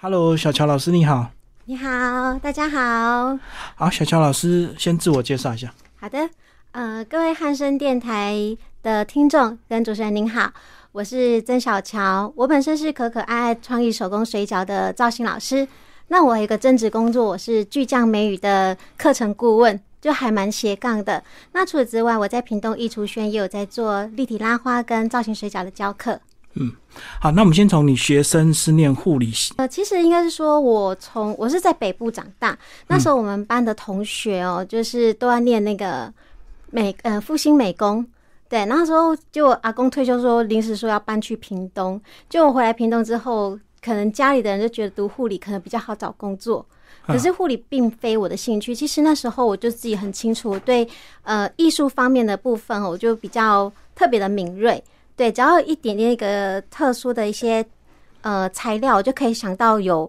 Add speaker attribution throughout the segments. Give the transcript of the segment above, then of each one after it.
Speaker 1: Hello，小乔老师你好。
Speaker 2: 你好，大家好。
Speaker 1: 好，小乔老师先自我介绍一下。
Speaker 2: 好的，呃，各位汉声电台的听众跟主持人您好，我是曾小乔，我本身是可可爱爱创意手工水饺的造型老师。那我有一个正职工作，我是巨匠美语的课程顾问，就还蛮斜杠的。那除此之外，我在屏东艺厨轩也有在做立体拉花跟造型水饺的教课。
Speaker 1: 好，那我们先从你学生是念护理系，
Speaker 2: 呃，其实应该是说，我从我是在北部长大，那时候我们班的同学哦，就是都要念那个美呃复兴美工。对，那时候就我阿公退休说，临时说要搬去屏东。就我回来屏东之后，可能家里的人就觉得读护理可能比较好找工作，
Speaker 1: 嗯
Speaker 2: 可是护理并非我的兴趣。其实那时候我就自己很清楚，我对呃艺术方面的部分哦，我就比较特别的敏锐。对，只要有一点点一个特殊的一些呃材料，我就可以想到有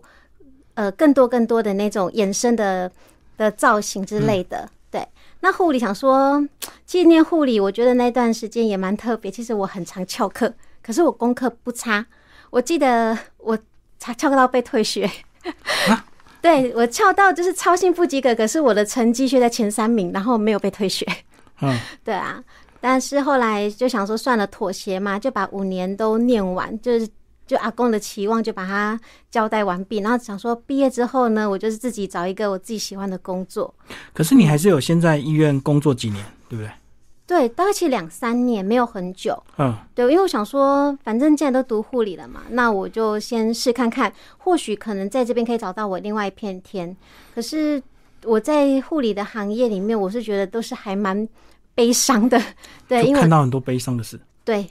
Speaker 2: 呃更多更多的那种衍生的的造型之类的。对，那护理想说，其实念护理，我觉得那段时间也蛮特别。其实我很常翘课，可是我功课不差。我记得我差翘课到被退学。 对我翘到就是操性不及格，可是我的成绩却在前三名，然后没有被退学。
Speaker 1: 嗯，
Speaker 2: 对啊，但是后来就想说算了，妥协嘛，就把五年都念完，就是就阿公的期望就把它交代完毕，然后想说毕业之后呢，我就是自己找一个我自己喜欢的工作。
Speaker 1: 可是你还是有先在医院工作几年，对不对？
Speaker 2: 对，大概其实两三年没有很久，
Speaker 1: 嗯，
Speaker 2: 对，因为我想说，反正既然都读护理了嘛，那我就先试看看，或许可能在这边可以找到我另外一片天。可是我在护理的行业里面，我是觉得都是还蛮悲伤的，对，
Speaker 1: 就
Speaker 2: 因为
Speaker 1: 看
Speaker 2: 我
Speaker 1: 到很多悲伤的事
Speaker 2: 对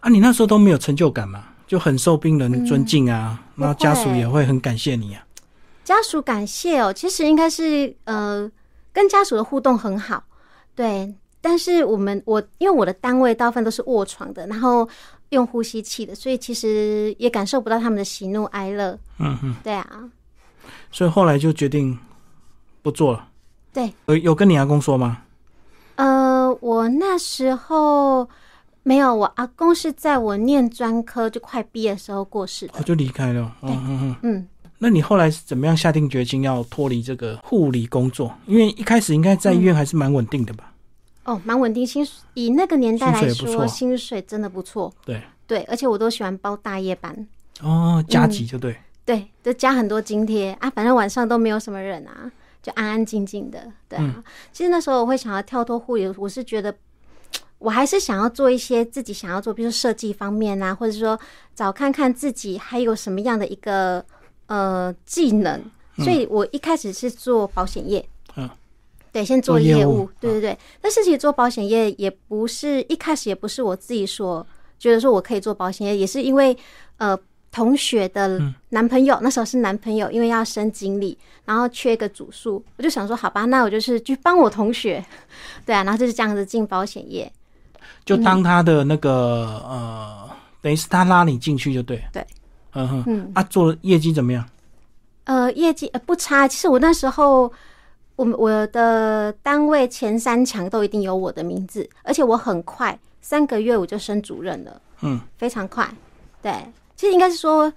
Speaker 1: 啊。你那时候都没有成就感嘛，就很受病人尊敬啊，
Speaker 2: 嗯
Speaker 1: 然后
Speaker 2: 不会
Speaker 1: 家属也会很感谢你啊。
Speaker 2: 家属感谢哦，其实应该是呃，跟家属的互动很好，对。但是我们我因为我的单位大部分都是卧床的，然后用呼吸器的，所以其实也感受不到他们的喜怒哀乐。
Speaker 1: 嗯嗯，
Speaker 2: 对啊，
Speaker 1: 所以后来就决定不做了。
Speaker 2: 对，
Speaker 1: 有有跟你阿公说吗？
Speaker 2: 呃，我那时候没有，我阿公是在我念专科就快毕业的时候过世
Speaker 1: 我
Speaker 2: 的。
Speaker 1: 就离开了。嗯嗯嗯。
Speaker 2: 嗯，
Speaker 1: 那你后来是怎么样下定决心要脱离这个护理工作？因为一开始应该
Speaker 2: 嗯
Speaker 1: 在医院还是蛮稳定的吧？
Speaker 2: 哦，蛮稳定，薪水以那个年代来
Speaker 1: 薪水也不
Speaker 2: 说，
Speaker 1: 错
Speaker 2: 薪水真的不错。
Speaker 1: 对，
Speaker 2: 对，而且我都喜欢包大夜班。
Speaker 1: 哦，加急就对。
Speaker 2: 对，就加很多津贴啊，反正晚上都没有什么人啊，就安安静静的。对啊，其实那时候我会想要跳脱护理，我是觉得我还是想要做一些自己想要做，比如说设计方面啊，或者说找看看自己还有什么样的一个呃技能。所以我一开始是做保险业，
Speaker 1: 嗯，
Speaker 2: 对，先
Speaker 1: 做
Speaker 2: 做
Speaker 1: 业
Speaker 2: 业
Speaker 1: 务啊
Speaker 2: 对对对。但是其实做保险业也不是一开始也不是我自己说觉得说我可以做保险业，也是因为呃同学的
Speaker 1: 嗯
Speaker 2: 男朋友、那时候是男朋友，因为要升经理，然后缺一个主数，我就想说好吧，那我就是去帮我同学， 对啊，然后就是这样子进保险业，
Speaker 1: 就当他的那个、呃，等于是他拉你进去就对。
Speaker 2: 对，
Speaker 1: 嗯哼，
Speaker 2: 嗯。
Speaker 1: 啊，做的业绩怎么样？
Speaker 2: 呃，业绩、呃、不差。其实我那时候，我们我的单位前三强都一定有我的名字，而且我很快，三个月我就升主任了，
Speaker 1: 嗯，
Speaker 2: 非常快。对，其实应该是说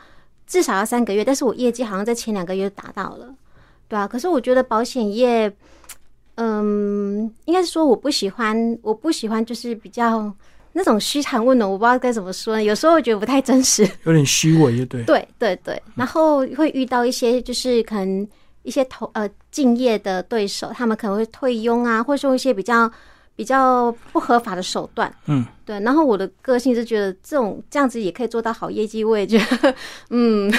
Speaker 2: 至少要三个月，但是我业绩好像在前两个月就达到了，对啊。可是我觉得保险业，嗯，应该是说我不喜欢，我不喜欢就是比较那种嘘寒问暖，我不知道该怎么说，有时候我觉得不太真实。
Speaker 1: 有点虚伪就对。
Speaker 2: 对对对，然后会遇到一些就是可能一些投呃敬业的对手，他们可能会退佣啊，或是用一些比较比较不合法的手段。
Speaker 1: 嗯，
Speaker 2: 对。然后我的个性是觉得这种这样子也可以做到好业绩，我也觉得嗯，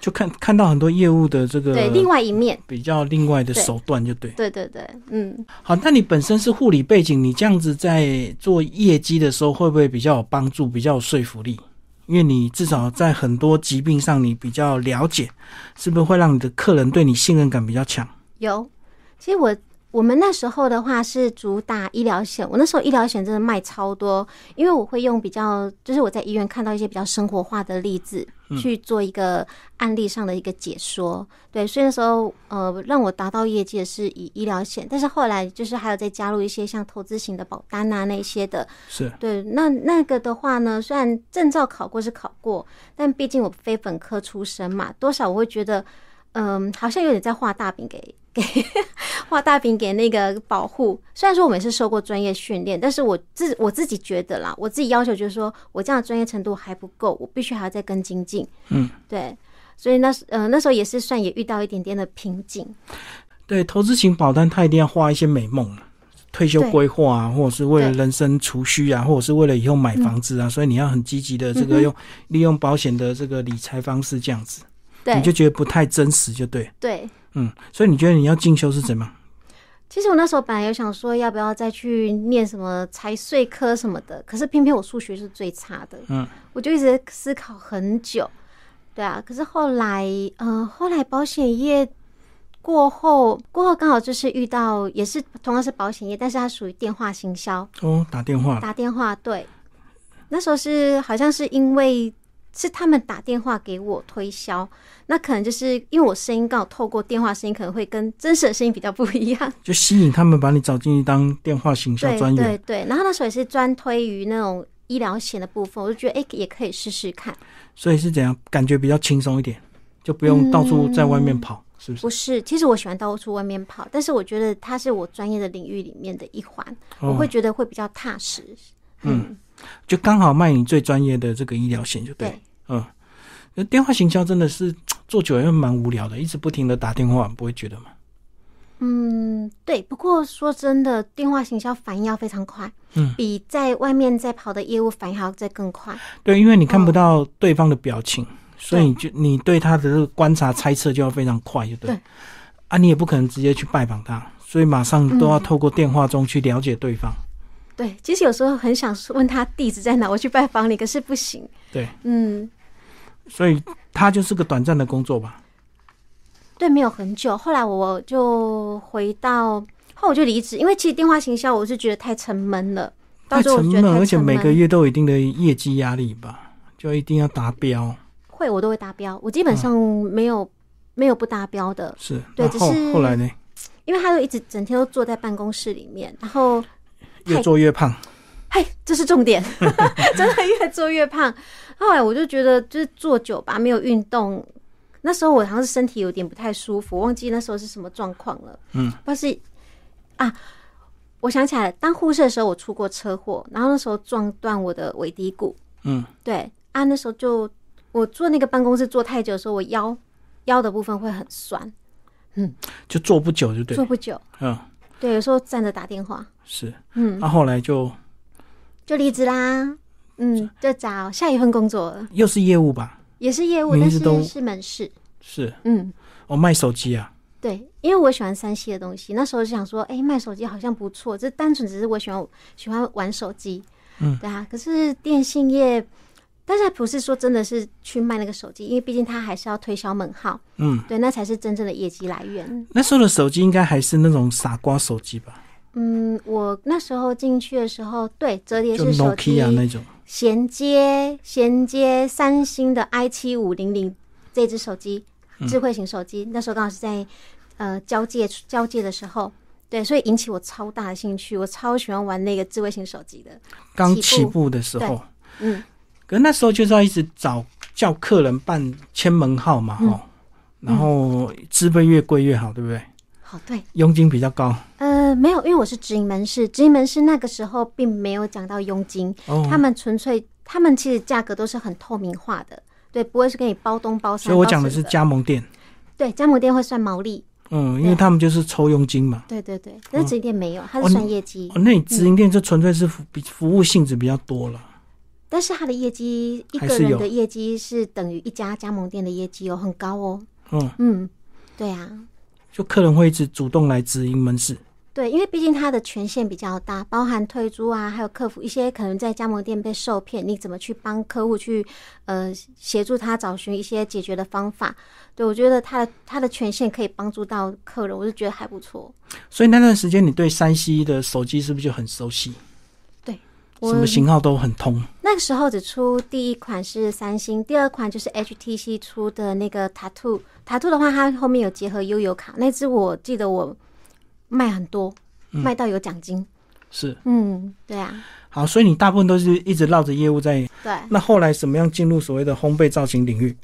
Speaker 1: 就看看到很多业务的这个
Speaker 2: 对，另外一面，
Speaker 1: 比较另外的
Speaker 2: 对
Speaker 1: 手段就对。
Speaker 2: 对对对，嗯。
Speaker 1: 好，那你本身是护理背景，你这样子在做业绩的时候，会不会比较有帮助，比较有说服力？因为你至少在很多疾病上你比较了解，是不是会让你的客人对你信任感比较强？
Speaker 2: 有，其实我我们那时候的话是主打医疗险，我那时候医疗险真的卖超多，因为我会用比较，就是我在医院看到一些比较生活化的例子去做一个案例上的一个解说。对，所以那时候呃，让我达到业界是以医疗险，但是后来就是还有再加入一些像投资型的保单啊那一些的。
Speaker 1: 是
Speaker 2: 对，那那个的话呢，虽然证照考过是考过，但毕竟我非本科出身嘛，多少我会觉得，嗯，好像有点在画大饼给给画大饼给那个保护。虽然说我们是受过专业训练，但是我自我自己觉得啦，我自己要求就是说我这样的专业程度还不够，我必须还要再更精进。
Speaker 1: 嗯，
Speaker 2: 对，所以那时呃那时候也是算也遇到一点点的瓶颈。
Speaker 1: 对投资型保单，它一定要画一些美梦啊退休规划啊，或者是为了人生储蓄啊，或者是为了以后买房
Speaker 2: 嗯
Speaker 1: 子啊，所以你要很积极的这个用、利用保险的这个理财方式这样子，
Speaker 2: 对
Speaker 1: 你就觉得不太真实，就对，
Speaker 2: 对，
Speaker 1: 嗯，所以你觉得你要进修是怎么样？
Speaker 2: 其实我那时候本来有想说，要不要再去念什么财税科什么的，可是偏偏我数学是最差的，
Speaker 1: 嗯，
Speaker 2: 我就一直思考很久，对啊，可是后来，呃，后来保险业过后，过后刚好就是遇到，也是同样是保险业，但是它属于电话行销，
Speaker 1: 哦，打电话了，
Speaker 2: 打电话，对，那时候是好像是因为是他们打电话给我推销，那可能就是因为我声音刚好透过电话声音可能会跟真实的声音比较不一样。
Speaker 1: 就吸引他们把你找进去当电话行销
Speaker 2: 对
Speaker 1: 专员。
Speaker 2: 对对，然后那时候也是专推于那种医疗险的部分，我就觉得哎、诶也可以试试看。
Speaker 1: 所以是怎样？感觉比较轻松一点，就不用到处在外
Speaker 2: 嗯
Speaker 1: 面跑，是不是？
Speaker 2: 不是，其实我喜欢到处外面跑，但是我觉得它是我专业的领域里面的一环，我会
Speaker 1: 哦，
Speaker 2: 觉得会比较踏实。
Speaker 1: 就刚好卖你最专业的这个医疗险，就对。
Speaker 2: 对
Speaker 1: 嗯，那电话行销真的是做久了又蛮无聊的，一直不停的打电话，不会觉得吗？
Speaker 2: 嗯，对。不过说真的，电话行销反应要非常快，
Speaker 1: 嗯，
Speaker 2: 比在外面在跑的业务反应还要再更快。
Speaker 1: 对，因为你看不
Speaker 2: 哦
Speaker 1: 到对方的表情，所以你就你对他的这个观察猜测就要非常快，就对。
Speaker 2: 对
Speaker 1: 啊，你也不可能直接去拜访他，所以马上都要透过电话中去了解对方。
Speaker 2: 对，其实有时候很想问他地址在哪，我去拜访你，可是不行。
Speaker 1: 对，
Speaker 2: 嗯，
Speaker 1: 所以他就是个短暂的工作吧。
Speaker 2: 对，没有很久。后来我就回到，后来我就离职，因为其实电话行销我是觉得太沉闷了，到
Speaker 1: 太
Speaker 2: 时候我
Speaker 1: 沉
Speaker 2: 觉得
Speaker 1: 闷，而
Speaker 2: 太
Speaker 1: 且
Speaker 2: 沉
Speaker 1: 每个
Speaker 2: 闷。
Speaker 1: 月都有一定的业绩压力吧，就一定要达标。
Speaker 2: 会我都会达标，我基
Speaker 1: 嗯
Speaker 2: 本上没有、没有不达标的，
Speaker 1: 是，
Speaker 2: 对
Speaker 1: 那
Speaker 2: 只
Speaker 1: 后
Speaker 2: 是
Speaker 1: 后来呢，
Speaker 2: 因为他就一直整天都坐在办公室里面，然后
Speaker 1: 越做越胖。
Speaker 2: 嘿，这是 重点，真的越做越胖。后来我就觉得，就是坐久吧，没有运动。那时候我好像是身体有点不太舒服，忘记那时候是什么状况了。
Speaker 1: 嗯，
Speaker 2: 但是啊，我想起来了，当护士的时候我出过车祸，然后那时候撞断我的尾骶骨。
Speaker 1: 嗯，
Speaker 2: 对啊，那时候就我坐那个办公室坐太久的时候，我腰腰的部分会很酸，
Speaker 1: 就做不久就对
Speaker 2: 坐。不久。
Speaker 1: 嗯，
Speaker 2: 对，有时候站着打电话，
Speaker 1: 是。
Speaker 2: 嗯，
Speaker 1: 那后来就
Speaker 2: 就离职啦。嗯，就找下一份工作了。
Speaker 1: 又是业务吧？
Speaker 2: 也是业务，
Speaker 1: 你一
Speaker 2: 但
Speaker 1: 直都
Speaker 2: 是是门市。
Speaker 1: 是，
Speaker 2: 嗯，
Speaker 1: 哦，卖手机啊。
Speaker 2: 对，因为我喜欢三 C 的东西，那时候就想说，哎、卖手机好像不错，这单纯只是我喜欢喜欢玩手机。
Speaker 1: 嗯，
Speaker 2: 对啊。可是电信业，但是不是说真的是去卖那个手机，因为毕竟它还是要推销门号，
Speaker 1: 嗯，
Speaker 2: 对，那才是真正的业绩来源。
Speaker 1: 那时候的手机应该还是那种傻瓜手机吧，
Speaker 2: 嗯，我那时候进去的时候，对，折叠
Speaker 1: 就
Speaker 2: 式手机
Speaker 1: Nokia 那种。
Speaker 2: 衔接衔接三星的 i 七五零零这只手机，
Speaker 1: 嗯
Speaker 2: 智慧型手机，那时候刚好是在呃交界交界的时候，对，所以引起我超大的兴趣，我超喜欢玩那个智慧型手机的，
Speaker 1: 刚
Speaker 2: 起步
Speaker 1: 起步的时
Speaker 2: 对
Speaker 1: 候，
Speaker 2: 嗯，
Speaker 1: 可是那时候就是要一直找叫客人办签门号嘛，
Speaker 2: 嗯
Speaker 1: 哈、然后资费越贵越好，对不对？
Speaker 2: 好对，
Speaker 1: 佣金比较高。
Speaker 2: 呃，没有，因为我是直营门市，直营门市那个时候并没有讲到佣金，
Speaker 1: 哦，
Speaker 2: 他们纯粹他们其实价格都是很透明化的，对，不会是给你包东包西，
Speaker 1: 所以我讲的是
Speaker 2: 包西
Speaker 1: 加盟店，
Speaker 2: 对加盟店会算毛利，
Speaker 1: 嗯，因为
Speaker 2: 对
Speaker 1: 他们就是抽佣金嘛。
Speaker 2: 对对对，但是直营店没有，它
Speaker 1: 哦
Speaker 2: 是算业绩。
Speaker 1: 哦，那你直营店就纯粹是服比服务性质比较多了，
Speaker 2: 但是他的业绩，一
Speaker 1: 还
Speaker 2: 个
Speaker 1: 是有
Speaker 2: 人的业绩是等于一家加盟店的业绩哦，很高哦。
Speaker 1: 嗯，
Speaker 2: 嗯，对啊，
Speaker 1: 就客人会一直主动来直营门市，
Speaker 2: 对，因为毕竟它的权限比较大，包含退租啊，还有客服一些可能在加盟店被受骗，你怎么去帮客户去呃协助他找寻一些解决的方法？对我觉得他的他的权限可以帮助到客人，我就觉得还不错。
Speaker 1: 所以那段时间你对山西的手机是不是就很熟悉？
Speaker 2: 对，
Speaker 1: 什么型号都很通。
Speaker 2: 那个时候只出第一款是三星，第二款就是 HTC 出的那个 Tattoo。Tattoo 的话，它后面有结合悠游卡，那只我记得我卖很多，卖到有奖金。
Speaker 1: 是，
Speaker 2: 嗯，对啊，
Speaker 1: 好，所以你大部分都是一直绕着业务 在。
Speaker 2: 对，
Speaker 1: 那后来怎么样进入所谓的烘焙造型领域？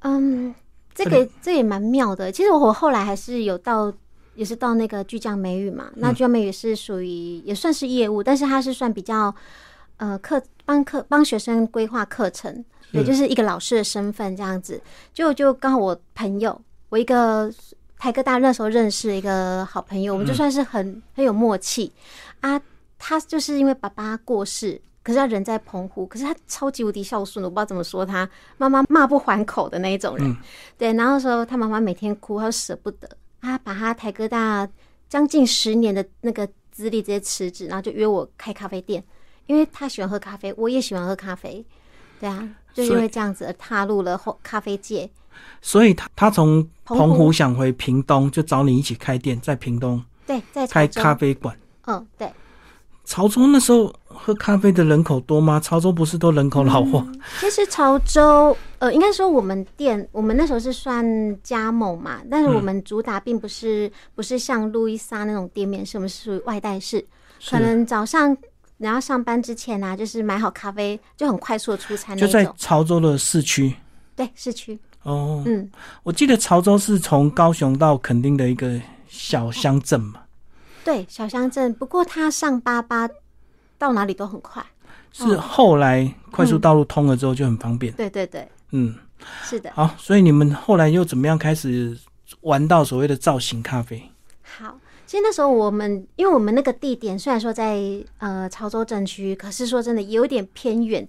Speaker 2: 嗯，这个这也蛮妙的。其实我后来还是有到，也是到那个巨匠美语嘛。那巨匠美语是属于也算是业务，但是它是算比较呃课帮课帮学生规划课程，也就是一个老师的身份这样子。就就刚好我朋友，我一个台科大那时候认识的一个好朋友，我们就算是很、很有默契啊。他就是因为爸爸过世。可是他人在澎湖，可是他超级无敌孝顺的，我不知道怎么说他妈妈骂不还口的那一种人。
Speaker 1: 嗯
Speaker 2: 对，然后说他妈妈每天哭，他就舍不得，他把他台哥大将近十年的那个资历直接辞职，然后就约我开咖啡店，因为他喜欢喝咖啡，我也喜欢喝咖啡，对啊，就因
Speaker 1: 所以
Speaker 2: 为这样子而踏入了后咖啡界。
Speaker 1: 所以他他从
Speaker 2: 澎
Speaker 1: 澎湖
Speaker 2: 湖
Speaker 1: 想回屏东，就找你一起开店，在屏东
Speaker 2: 对，在潮
Speaker 1: 开
Speaker 2: 州
Speaker 1: 咖，啡馆。
Speaker 2: 嗯，对，
Speaker 1: 潮州那时候喝咖啡的人口多吗？潮州不是都人口老化？
Speaker 2: 其实潮州，呃，应该说我们店，我们那时候是算加盟嘛，但是
Speaker 1: 嗯
Speaker 2: 我们主打并不是、不是像路易莎那种店面，是我们是属于外带式，
Speaker 1: 是
Speaker 2: 可能早上你要上班之前啊，就是买好咖啡就很快速的出餐那
Speaker 1: 就
Speaker 2: 一
Speaker 1: 在
Speaker 2: 种，
Speaker 1: 潮州的市区。
Speaker 2: 对，市区，
Speaker 1: 哦，
Speaker 2: 嗯，
Speaker 1: 我记得潮州是从高雄到垦丁的一个小乡镇嘛，
Speaker 2: 对，小乡镇。不过它上八八到哪里都很快，
Speaker 1: 是
Speaker 2: 嗯
Speaker 1: 后来快速道路通了之后就很方便。
Speaker 2: 对对对，
Speaker 1: 嗯，
Speaker 2: 是的。
Speaker 1: 好，所以你们后来又怎么样开始玩到所谓的造型咖啡？
Speaker 2: 好，其实那时候我们，因为我们那个地点虽然说在呃潮州镇区，可是说真的有点偏远，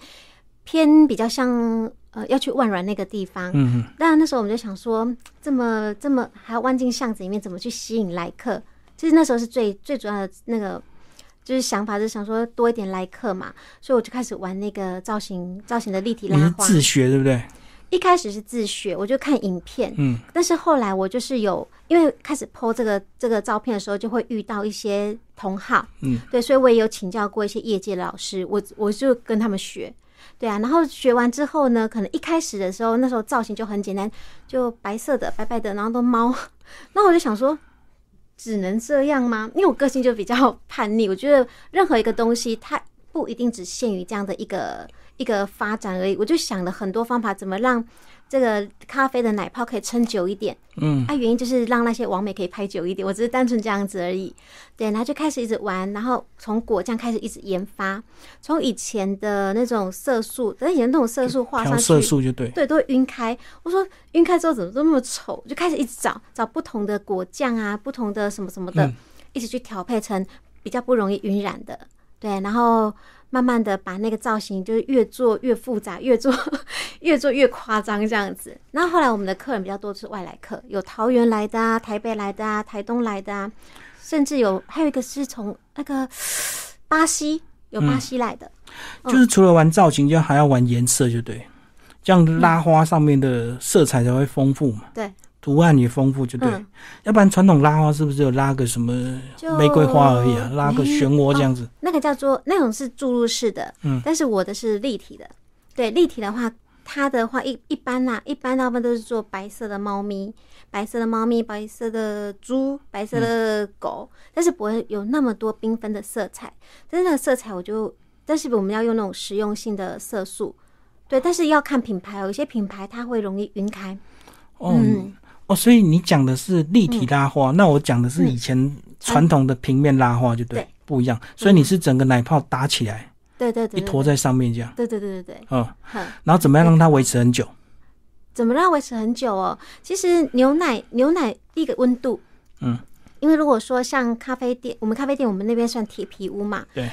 Speaker 2: 偏比较像呃要去万峦那个地方。
Speaker 1: 嗯，
Speaker 2: 但那时候我们就想说，这么这么还要弯进巷子里面，怎么去吸引来客？其实那时候是最最主要的那个。就是想法，就是想说多一点来客嘛，所以我就开始玩那个造型造型的立体
Speaker 1: 你
Speaker 2: 拉
Speaker 1: 是
Speaker 2: 花。
Speaker 1: 自学对不对？
Speaker 2: 一开始是自学，我就看影片，
Speaker 1: 嗯，
Speaker 2: 但是后来我就是有，因为开始 PO 这个这个照片的时候，就会遇到一些同好，
Speaker 1: 嗯，
Speaker 2: 对，所以我也有请教过一些业界老师，我我就跟他们学，对啊，然后学完之后呢，可能一开始的时候，那时候造型就很简单，就白色的、白白的，然后都猫，然后我就想说。只能这样吗？因为我个性就比较叛逆，我觉得任何一个东西，它不一定只限于这样的一个一个发展而已。我就想了很多方法，怎么让这个咖啡的奶泡可以撑久一点。
Speaker 1: 嗯，
Speaker 2: 啊，原因就是让那些网美可以拍久一点，我只是单纯这样子而已。对，然后就开始一直玩，然后从果酱开始一直研发，从以前的那种色素，但以前那种色素画
Speaker 1: 调
Speaker 2: 上
Speaker 1: 色
Speaker 2: 去。
Speaker 1: 素就对。
Speaker 2: 对，都会晕开。我说晕开之后怎么这么丑？我就开始一直找找不同的果酱啊，不同的什么什么的，一起去调配成比较不容易晕染的。对，然后慢慢的把那个造型就是越做越复杂，越做越做越夸张这样子。那后来我们的客人比较多是外来客，有桃园来的啊，台北来的啊，台东来的啊，甚至有还有一个是从那个巴西有巴西来的。嗯
Speaker 1: 就是除了玩造型，就还要玩颜色，就对，这样拉花上面的色彩才会丰富嘛，
Speaker 2: 对，
Speaker 1: 图案也丰富，就对。
Speaker 2: 嗯
Speaker 1: 要不然传统拉花是不是只有拉个什么
Speaker 2: 就嗯哦
Speaker 1: 玫瑰花而已啊，拉个
Speaker 2: 没
Speaker 1: 漩涡这样子？
Speaker 2: 那个叫做那种是注入式的，
Speaker 1: 嗯，
Speaker 2: 但是我的是立体的。对，立体的话，它的话一一般啦、一般大部分都是做白色的猫咪、白色的猫咪、白色的猪、白色的狗，但是不会有那么多缤纷的色彩。但是那个色彩，我就，但是我们要用那种实用性的色素。对，但是要看品牌哦，有些品牌它会容易晕开。
Speaker 1: 哦、
Speaker 2: 嗯
Speaker 1: 哦，所以你讲的是立体拉花，那我讲的是以前传统的平面拉花，就对，
Speaker 2: 嗯对
Speaker 1: 不一样。所以你是整个奶泡打起来，
Speaker 2: 对对对
Speaker 1: 一坨在上面这样，
Speaker 2: 对对对对对，
Speaker 1: 嗯，
Speaker 2: 哼。
Speaker 1: 然后怎么样让它维持很久？
Speaker 2: 怎么让它维持很久哦？其实牛奶牛奶第一个温度，
Speaker 1: 嗯，
Speaker 2: 因为如果说像咖啡店，我们咖啡店我们那边算铁皮屋嘛，
Speaker 1: 对，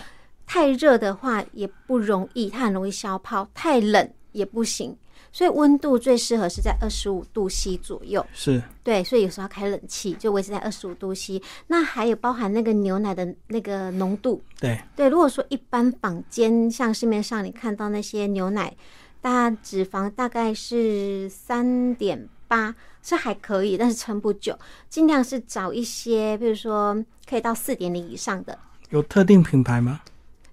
Speaker 2: 太热的话也不容易，它很容易消泡；太冷也不行。所以温度最适合是在二十五度 C 左右，
Speaker 1: 是
Speaker 2: 对，所以有时候要开冷气，就维持在二十五度 C。那还有包含那个牛奶的那个浓度，
Speaker 1: 对，
Speaker 2: 对，如果说一般坊间像市面上你看到那些牛奶，大脂肪大概是三点八，是还可以，但是撑不久，尽量是找一些，比如说可以到四点零以上的。
Speaker 1: 有特定品牌吗？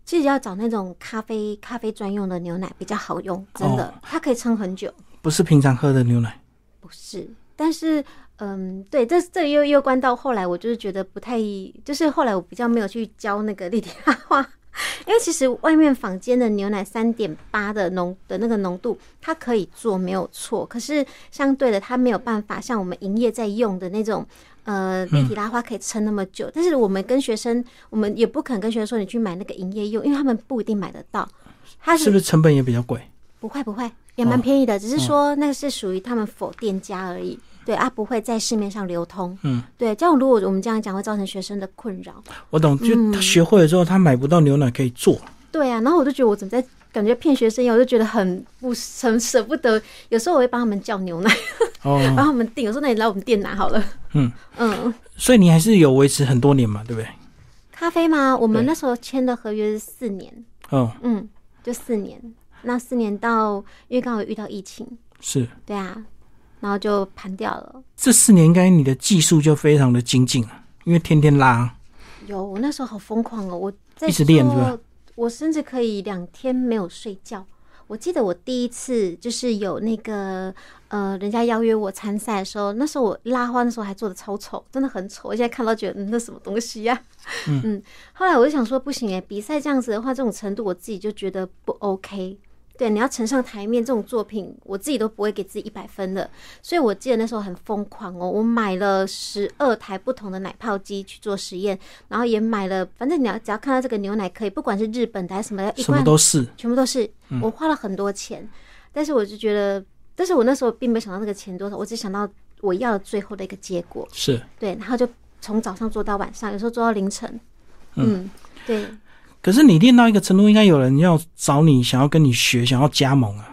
Speaker 2: 其实要找那种咖啡咖啡专用的牛奶比较好用，真的，
Speaker 1: 哦
Speaker 2: 它可以撑很久。
Speaker 1: 不是平常喝的牛奶，
Speaker 2: 不是，但是嗯，对，这这又又关到后来，我就是觉得不太，就是后来我比较没有去教那个莉迪亚话，因为其实外面坊间的牛奶三点八的浓的那个浓度，它可以做没有错，可是相对的它没有办法像我们营业在用的那种。呃，立体拉花可以撑那么久，但是我们跟学生，我们也不肯跟学生说你去买那个营业用，因为他们不一定买得到。它
Speaker 1: 是不是成本也比较贵？
Speaker 2: 不会不会，也
Speaker 1: 哦
Speaker 2: 蛮便宜的，只是说那个是属于他们否店家而已。对啊，不会在市面上流通。
Speaker 1: 嗯，
Speaker 2: 对，这样如果我们这样讲，会造成学生的困扰。
Speaker 1: 我懂，就
Speaker 2: 嗯
Speaker 1: 他学会了之后，他买不到牛奶可以做，
Speaker 2: 对啊，然后我就觉得我怎么在感觉骗学生一样，我就觉得很不很舍不得。有时候我会帮他们叫牛奶，
Speaker 1: 哦，
Speaker 2: 帮他们订。我说：“那你来我们店拿好了。
Speaker 1: 嗯”
Speaker 2: 嗯，
Speaker 1: 所以你还是有维持很多年嘛，对不对？
Speaker 2: 咖啡嘛，我们
Speaker 1: 对
Speaker 2: 那时候签的合约是四年，
Speaker 1: 哦，
Speaker 2: 嗯，就四年。那四年到，因为刚好遇到疫情，
Speaker 1: 是，
Speaker 2: 对啊，然后就盘掉了。
Speaker 1: 这四年应该你的技术就非常的精进了，因为天天拉，
Speaker 2: 有，我那时候好疯狂哦！我在
Speaker 1: 一直练
Speaker 2: 做
Speaker 1: 是吧
Speaker 2: 我甚至可以两天没有睡觉。我记得我第一次就是有那个呃，人家邀约我参赛的时候，那时候我拉花那时候还做的超丑，真的很丑。我现在看到觉得、嗯、那什么东西呀、嗯后来我就想说不行哎、比赛这样子的话，这种程度我自己就觉得不 OK。对，你要呈上台面这种作品，我自己都不会给自己一百分的。所以我记得那时候很疯狂哦，我买了十二台不同的奶泡机去做实验，然后也买了，反正你要只要看到这个牛奶可以，不管是日本的还是什么的，一
Speaker 1: 什么
Speaker 2: 罐
Speaker 1: 都嗯是，
Speaker 2: 全部都是。我花了很多钱，但是我就觉得，但是我那时候并没想到那个钱多少，我只想到我要的最后的一个结果。
Speaker 1: 是。
Speaker 2: 对，然后就从早上做到晚上，有时候做到凌晨。嗯，对。
Speaker 1: 可是你练到一个程度，应该有人要找你，想要跟你学，想要加盟啊，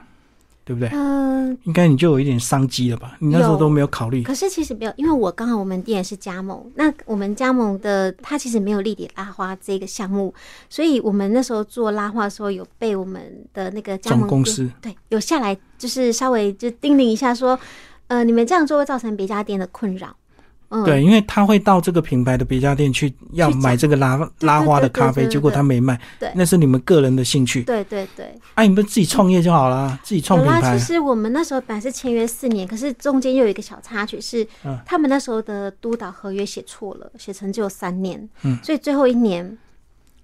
Speaker 1: 对不对？
Speaker 2: 嗯、
Speaker 1: 应该你就有一点商机了吧？你那时候
Speaker 2: 有
Speaker 1: 都没有考虑，
Speaker 2: 可是其实没有，因为我刚好我们店也是加盟，那我们加盟的它其实没有立体拉花这个项目，所以我们那时候做拉花的时候有被我们的那个加
Speaker 1: 总
Speaker 2: 盟
Speaker 1: 公
Speaker 2: 店
Speaker 1: 司
Speaker 2: 对有下来就是稍微就叮咛一下说，呃，你们这样做会造成别家店的困扰。嗯，
Speaker 1: 对，因为他会到这个品牌的别家店去要买这个拉
Speaker 2: 对
Speaker 1: 拉花的
Speaker 2: 对对
Speaker 1: 咖啡，
Speaker 2: 对对
Speaker 1: 结果他没卖
Speaker 2: 对，
Speaker 1: 那是你们个人的兴趣。
Speaker 2: 对对对，
Speaker 1: 哎，你们自己创业就好啦，自己创
Speaker 2: 嗯有
Speaker 1: 品
Speaker 2: 啦。
Speaker 1: 牌啊
Speaker 2: 其。实我们那时候本来是签约四年，可是中间又有一个小插曲是，
Speaker 1: 嗯
Speaker 2: 他们那时候的督导合约写错了，写成只有三年，
Speaker 1: 嗯
Speaker 2: 所以最后一年，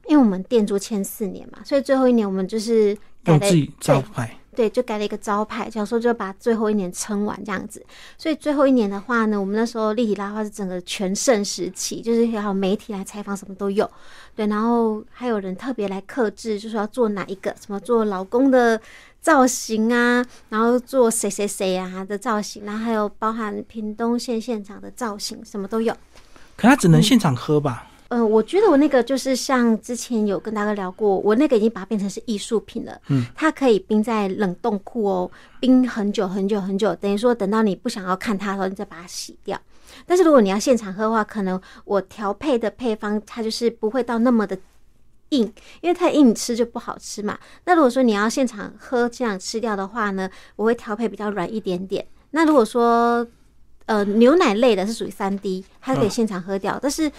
Speaker 2: 因为我们店租签四年嘛，所以最后一年我们就是改
Speaker 1: 用
Speaker 2: 了
Speaker 1: 自己招牌，
Speaker 2: 对，就改了一个招牌，想说就把最后一年撑完这样子。所以最后一年的话呢，我们那时候立体拉花是整个全盛时期，就是还有媒体来采访，什么都有。对，然后还有人特别来克制，就说要做哪一个，什么做老公的造型啊，然后做谁谁谁啊的造型，然后还有包含屏东县现场的造型，什么都有。
Speaker 1: 可他只能现场喝吧？
Speaker 2: 嗯，我觉得我那个就是像之前有跟大家聊过，我那个已经把它变成是艺术品了。
Speaker 1: 嗯，
Speaker 2: 它可以冰在冷冻库哦，冰很久很久很久，等于说等到你不想要看它的时候，你再把它洗掉。但是如果你要现场喝的话，可能我调配的配方它就是不会到那么的硬，因为太硬你吃就不好吃嘛。那如果说你要现场喝这样吃掉的话呢，我会调配比较软一点点。那如果说呃牛奶类的是属于三滴，它可以
Speaker 1: 嗯
Speaker 2: 现场喝掉，但是。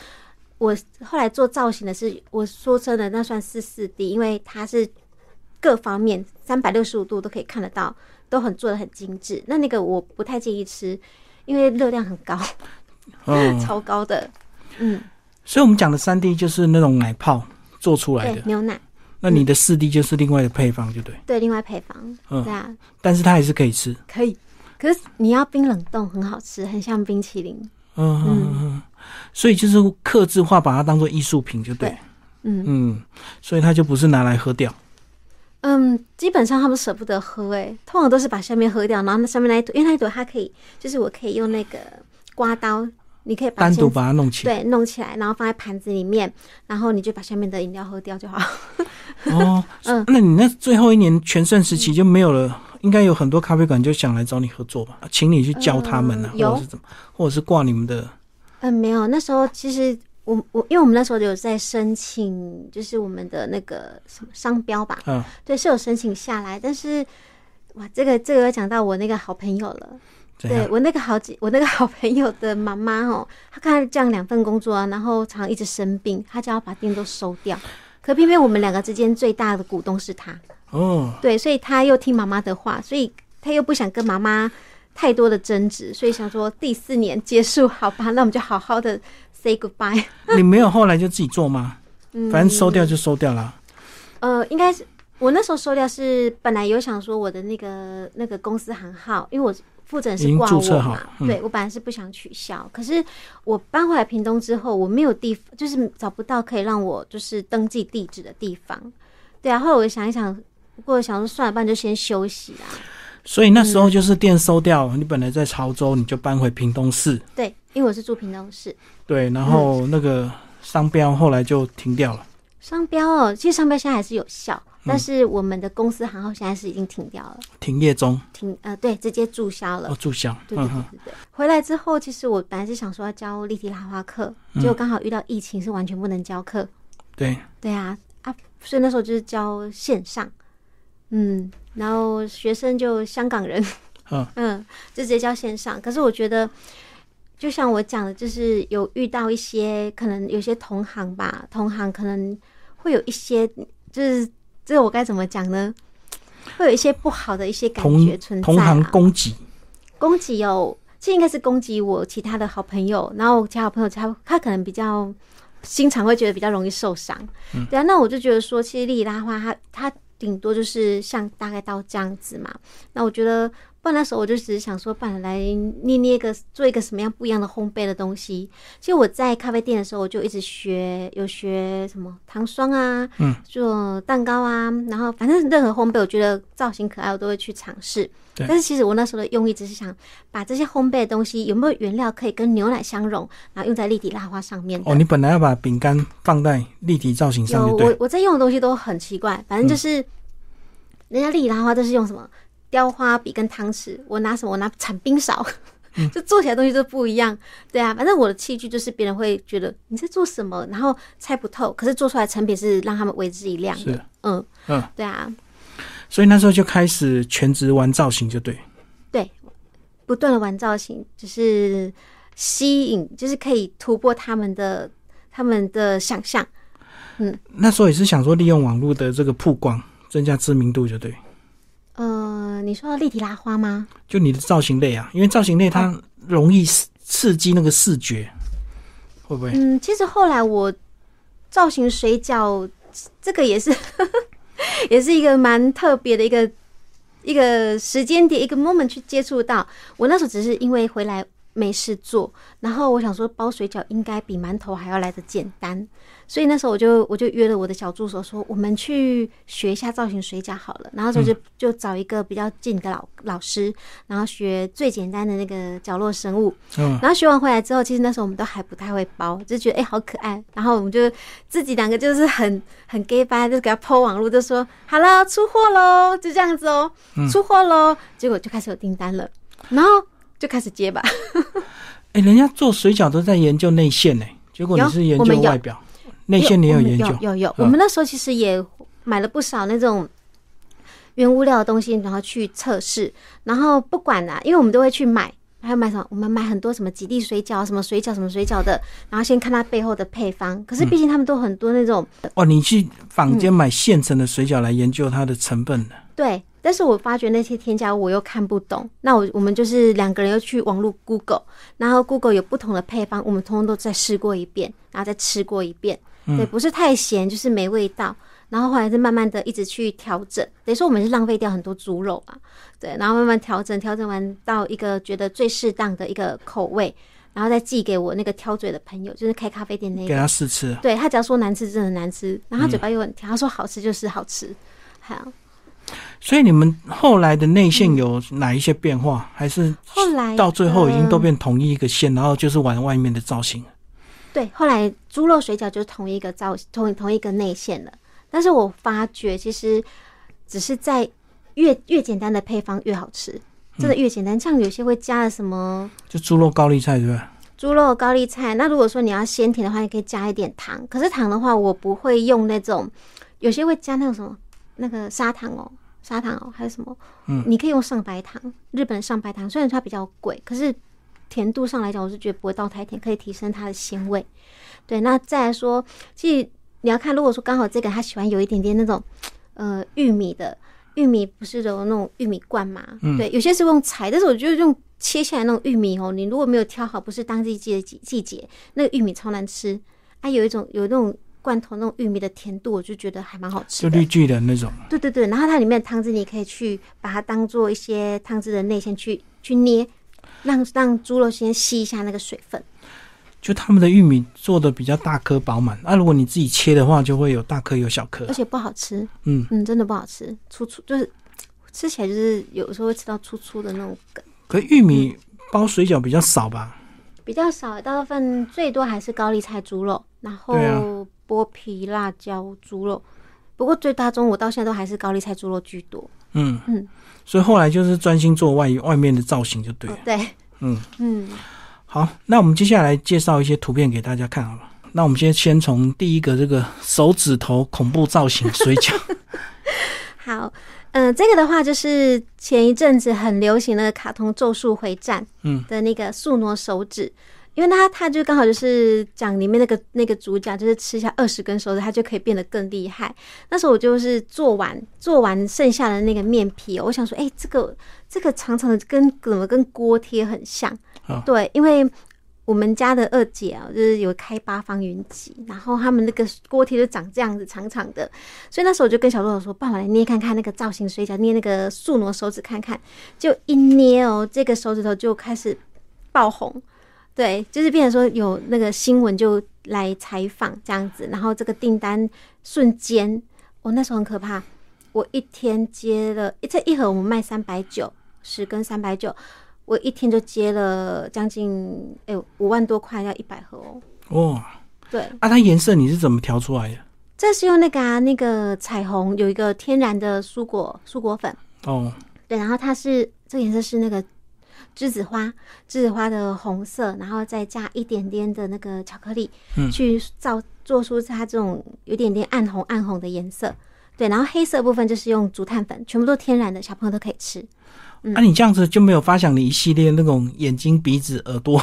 Speaker 2: 我后来做造型的是，我说真的，那算是四 D，因为它是各方面三百六十五度都可以看得到，都很做的很精致。那那个我不太建议吃，因为热量很高，
Speaker 1: 嗯，
Speaker 2: 超高的。嗯，
Speaker 1: 所以我们讲的三 D 就是那种奶泡做出来
Speaker 2: 对
Speaker 1: 的，，
Speaker 2: 牛奶，
Speaker 1: 那你的四 D 就是另外的配方，就对。
Speaker 2: 对，另外配方，
Speaker 1: 嗯
Speaker 2: 对啊，
Speaker 1: 但是它还是可以吃。
Speaker 2: 可以。可是你要冰冷冻，很好吃，很像冰淇淋。
Speaker 1: 嗯嗯嗯，所以就是刻字化，把它当做艺术品就对
Speaker 2: 对。嗯
Speaker 1: 嗯，所以它就不是拿来喝掉。
Speaker 2: 嗯，基本上他们舍不得喝、欸，通常都是把下面喝掉，然后那上面那一朵，因为那一朵它可以，就是我可以用那个刮刀，你可以把它
Speaker 1: 单独
Speaker 2: 先
Speaker 1: 把它弄起来。
Speaker 2: 对，弄起来，然后放在盘子里面，然后你就把下面的饮料喝掉就好。
Speaker 1: 哦，
Speaker 2: 嗯
Speaker 1: 那你那最后一年全盛时期就没有了应该有很多咖啡馆就想来找你合作吧，请你去教他们啊，
Speaker 2: 嗯有
Speaker 1: 或者是怎么，或者是挂你们的
Speaker 2: 嗯，没有，那时候其实我我因为我们那时候有在申请，就是我们的那个什么商标吧，
Speaker 1: 嗯，
Speaker 2: 对，是有申请下来，但是哇，这个这个要讲到我那个好朋友了，
Speaker 1: 怎
Speaker 2: 对
Speaker 1: 样？
Speaker 2: 我那个好姐，我那个好朋友的妈妈哦，她看她这样两份工作啊，然后常一直生病，她就要把店都收掉。可偏偏我们两个之间最大的股东是她，
Speaker 1: 哦，
Speaker 2: 对，所以她又听妈妈的话，所以她又不想跟妈妈太多的争执，所以想说第四年结束，好吧，那我们就好好的 say goodbye。
Speaker 1: 你没有后来就自己做吗？
Speaker 2: 嗯
Speaker 1: 反正收掉就收掉啦。
Speaker 2: 呃，应该是我那时候收掉是本来有想说我的那个那个公司行号，因为我负责人
Speaker 1: 已
Speaker 2: 是
Speaker 1: 经
Speaker 2: 挂
Speaker 1: 注册
Speaker 2: 我
Speaker 1: 好
Speaker 2: 嘛，
Speaker 1: 嗯
Speaker 2: 对我本来是不想取消，可是我搬回来屏东之后，我没有地，就是找不到可以让我就是登记地址的地方，对啊，后来我想一想，不过我想说算了，不然就先休息啦，
Speaker 1: 所以那时候就是店收掉，你本来在潮州，你就搬回屏东市，
Speaker 2: 对，因为我是住屏东市，
Speaker 1: 对，然后
Speaker 2: 嗯
Speaker 1: 那个商标后来就停掉了。
Speaker 2: 商标哦，其实商标现在还是有效，
Speaker 1: 嗯
Speaker 2: 但是我们的公司行号现在是已经停掉了，
Speaker 1: 停业中
Speaker 2: 停呃对，直接注销了
Speaker 1: 哦，。注销，
Speaker 2: 对
Speaker 1: 嗯
Speaker 2: 对对
Speaker 1: 哼，
Speaker 2: 对对。回来之后，其实我本来是想说要教立体拉花课，
Speaker 1: 嗯
Speaker 2: 结果刚好遇到疫情，是完全不能教课。
Speaker 1: 对，
Speaker 2: 对啊，啊，所以那时候就是教线上，嗯，然后学生就香港人，
Speaker 1: 嗯
Speaker 2: 嗯，就直接教线上。可是我觉得，就像我讲的，就是有遇到一些可能有些同行吧，同行可能会有一些，就是这我该怎么讲呢？会有一些不好的一些感觉存在、啊
Speaker 1: 同行供给，
Speaker 2: 攻击哦，这应该是攻击我其他的好朋友，然后我其他好朋友他他可能比较经常会觉得比较容易受伤，
Speaker 1: 嗯
Speaker 2: 对啊，那我就觉得说，其实莉拉花它它顶多就是像大概到这样子嘛，那我觉得。不然那时候我就只是想说，不然来捏捏个做一个什么样不一样的烘焙的东西。其实我在咖啡店的时候，我就一直学，有学什么糖霜啊，
Speaker 1: 嗯，
Speaker 2: 做蛋糕啊，然后反正任何烘焙，我觉得造型可爱，我都会去尝试。
Speaker 1: 对
Speaker 2: 但是其实我那时候的用意只是想把这些烘焙的东西有没有原料可以跟牛奶相融，然后用在立体蜡花上面的。
Speaker 1: 哦，你本来要把饼干放在立体造型上
Speaker 2: 有
Speaker 1: 就对嗯
Speaker 2: 我
Speaker 1: 了，
Speaker 2: 我在用的东西都很奇怪，反正就是、人家立体蜡花都是用什么雕花笔跟汤匙，我拿什么我拿铲冰勺。
Speaker 1: 嗯
Speaker 2: 就做起来的东西都不一样，对啊，反正我的器具就是别人会觉得你在做什么，然后猜不透，可是做出来的成品是让他们为之一亮的
Speaker 1: 是，
Speaker 2: 嗯
Speaker 1: 嗯，
Speaker 2: 对啊，
Speaker 1: 所以那时候就开始全职玩造型就对，
Speaker 2: 不断的玩造型，就是吸引，就是可以突破他们的他们的想象。
Speaker 1: 那时候也是想说利用网络的这个曝光，增加知名度就对。
Speaker 2: 呃，你说到立体拉花吗？
Speaker 1: 就你的造型类啊，因为造型类它
Speaker 2: 嗯
Speaker 1: 容易刺刺激那个视觉，会不会？
Speaker 2: 嗯，其实后来我造型水饺这个也是 也是一个蛮特别的一个一个时间点，一个 moment 去接触到。我那时候只是因为回来没事做，然后我想说包水饺应该比馒头还要来的简单，所以那时候我就我就约了我的小助手说，我们去学一下造型水饺好了。然后那时候就就找一个比较近的老老师，然后学最简单的那个角落生物。
Speaker 1: 嗯，
Speaker 2: 然后学完回来之后，其实那时候我们都还不太会包，就觉得哎、好可爱。然后我们就自己两个就是很 很 gay 吧，就给他抛网络，就说好了出货喽，就这样子哦，出货喽。结果就开始有订单了，然后就开始接吧。
Speaker 1: 哎、人家做水饺都在研究内线呢、结果你
Speaker 2: 有
Speaker 1: 是研
Speaker 2: 我
Speaker 1: 究
Speaker 2: 们有
Speaker 1: 外表，内线你也
Speaker 2: 有
Speaker 1: 有研究啊
Speaker 2: 有，有有，我们那时候其实也买了不少那种原物料的东西，然后去测试，然后不管啦、因为我们都会去买。还有买什么？我们买很多什么吉利水饺、什么水饺、什么水饺的，然后先看它背后的配方。可是毕竟他们都很多那种
Speaker 1: 哦，你去坊
Speaker 2: 嗯
Speaker 1: 间买现成的水饺来研究它的成分的，
Speaker 2: 对，但是我发觉那些添加物我又看不懂，那我我们就是两个人又去网络 Google，然后 Google 有不同的配方，我们通通都再试过一遍，然后再吃过一遍，对，不是太咸就是没味道，然后后来是慢慢的一直去调整，等于说我们是浪费掉很多猪肉啊，对，然后慢慢调整，调整完到一个觉得最适当的一个口味，然后再寄给我那个挑嘴的朋友，就是开咖啡店那
Speaker 1: 给
Speaker 2: 个，
Speaker 1: 它试吃。
Speaker 2: 对他只要说难吃真的难吃，然后他嘴巴又很挑，他说好吃就是好吃，好。
Speaker 1: 所以你们后来的内线有哪一些变化？还是
Speaker 2: 嗯后来
Speaker 1: 到最后已经都
Speaker 2: 嗯
Speaker 1: 变同一一个线，然后就是玩外面的造型？
Speaker 2: 对，后来猪肉水饺就是同一个造同同一个内馅了。但是我发觉其实只是在越越简单的配方越好吃，
Speaker 1: 嗯
Speaker 2: 真的越简单。像有些会加了什么
Speaker 1: 就猪肉高丽菜，对吧？
Speaker 2: 猪肉高丽菜，那如果说你要鲜甜的话，你可以加一点糖。可是糖的话，我不会用那种，有些会加那种什么那个砂糖哦，砂糖哦，还有什么？嗯，你可以用上白糖，日本上白糖，虽然它比较贵，可是甜度上来讲，我是觉得不会到太甜，可以提升它的鲜味。对，那再来说，其实你要看，如果说刚好这个他喜欢有一点点那种呃玉米的，玉米不是有那种玉米罐嘛？对，有些是用裁，但是我觉得用切下来那种玉米哦，你如果没有挑好，不是当季季的季季节，那个玉米超难吃。啊，有一种有那种罐头那种玉米的甜度，我就觉得还蛮好吃
Speaker 1: 就
Speaker 2: 的。
Speaker 1: 绿巨人那种，
Speaker 2: 对对对，然后它里面的汤汁，你可以去把它当做一些汤汁的内馅去去捏，让让猪肉先吸一下那个水分。
Speaker 1: 就他们的玉米做的比较大颗饱满。啊，如果你自己切的话，就会有大颗有小颗
Speaker 2: 而。且不好吃。
Speaker 1: 嗯
Speaker 2: 嗯，真的不好吃，粗粗就是吃起来就是有时候会吃到粗粗的那种梗，
Speaker 1: 可玉米包水饺比较少吧？
Speaker 2: 比较少，大部分最多还是高丽菜猪肉，然
Speaker 1: 对啊
Speaker 2: 后剥皮辣椒猪肉。不过最大宗我到现在都还是高丽菜猪肉居多。
Speaker 1: 嗯
Speaker 2: 嗯，
Speaker 1: 所以后来就是专心做外外面的造型就对了
Speaker 2: 哦。对，
Speaker 1: 嗯
Speaker 2: 嗯，
Speaker 1: 好，那我们接下来介绍一些图片给大家看好了。那我们先先从第一个这个手指头恐怖造型水 饺，
Speaker 2: 好，嗯、这个的话就是前一阵子很流行那个卡通《咒术回战》
Speaker 1: 嗯
Speaker 2: 的那个素挪手指，因为它它就刚好就是讲里面那个那个主角就是吃下二十根手指，它就可以变得更厉害。那时候我就是做完做完剩下的那个面皮哦，我想说，哎、这个这个长长的跟怎么跟锅贴很像
Speaker 1: 哦？
Speaker 2: 对，因为我们家的二姐啊，就是有开八方云集，然后他们那个锅贴就长这样子长长的，所以那时候我就跟小豆豆说，爸爸来捏看看那个造型水饺，捏那个素挪手指看看，就一捏哦，这个手指头就开始爆红。对，就是变成说有那个新闻就来采访这样子，然后这个订单瞬间，我那时候很可怕，我一天接了一这一盒我们卖三百九，十根三百九，我一天就接了将近哎五、万多块，要一百盒哦。
Speaker 1: 哦，
Speaker 2: 对，
Speaker 1: 啊，它颜色你是怎么调出来的？
Speaker 2: 这是用那个啊那个彩虹有一个天然的蔬果蔬果粉，
Speaker 1: 哦，
Speaker 2: 对，然后它是这个颜色是那个栀子花，栀子花的红色，然后再加一点点的那个巧克力，
Speaker 1: 嗯
Speaker 2: 去造做出它这种有点点暗红暗红的颜色。对，然后黑色部分就是用竹炭粉，全部都天然的，小朋友都可以吃。嗯
Speaker 1: 那、啊你这样子就没有发想你一系列那种眼睛、鼻子、耳朵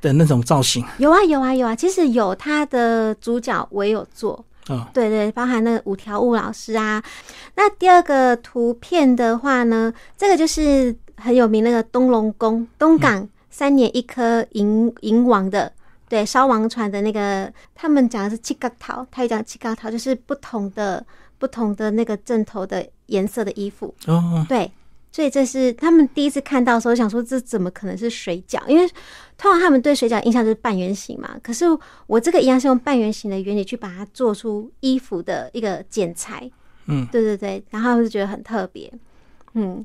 Speaker 1: 的那种造型啊、
Speaker 2: 有啊，有啊，有啊，其实有它的主角我也有做，
Speaker 1: 哦
Speaker 2: 对对，包含那个五条悟老师啊。那第二个图片的话呢，这个就是很有名那个东龙宫东港三年一颗银银王的。对，烧王船的那个，他们讲的是七角桃，他也讲七角桃，就是不同的不同的那个正头的颜色的衣服。
Speaker 1: 哦，
Speaker 2: 对，所以这是他们第一次看到的时候，想说这怎么可能是水饺？因为通常他们对水饺的印象就是半圆形嘛，可是我这个一样是用半圆形的原理去把它做出衣服的一个剪裁。
Speaker 1: 嗯，
Speaker 2: 对对对，然后他们就觉得很特别。嗯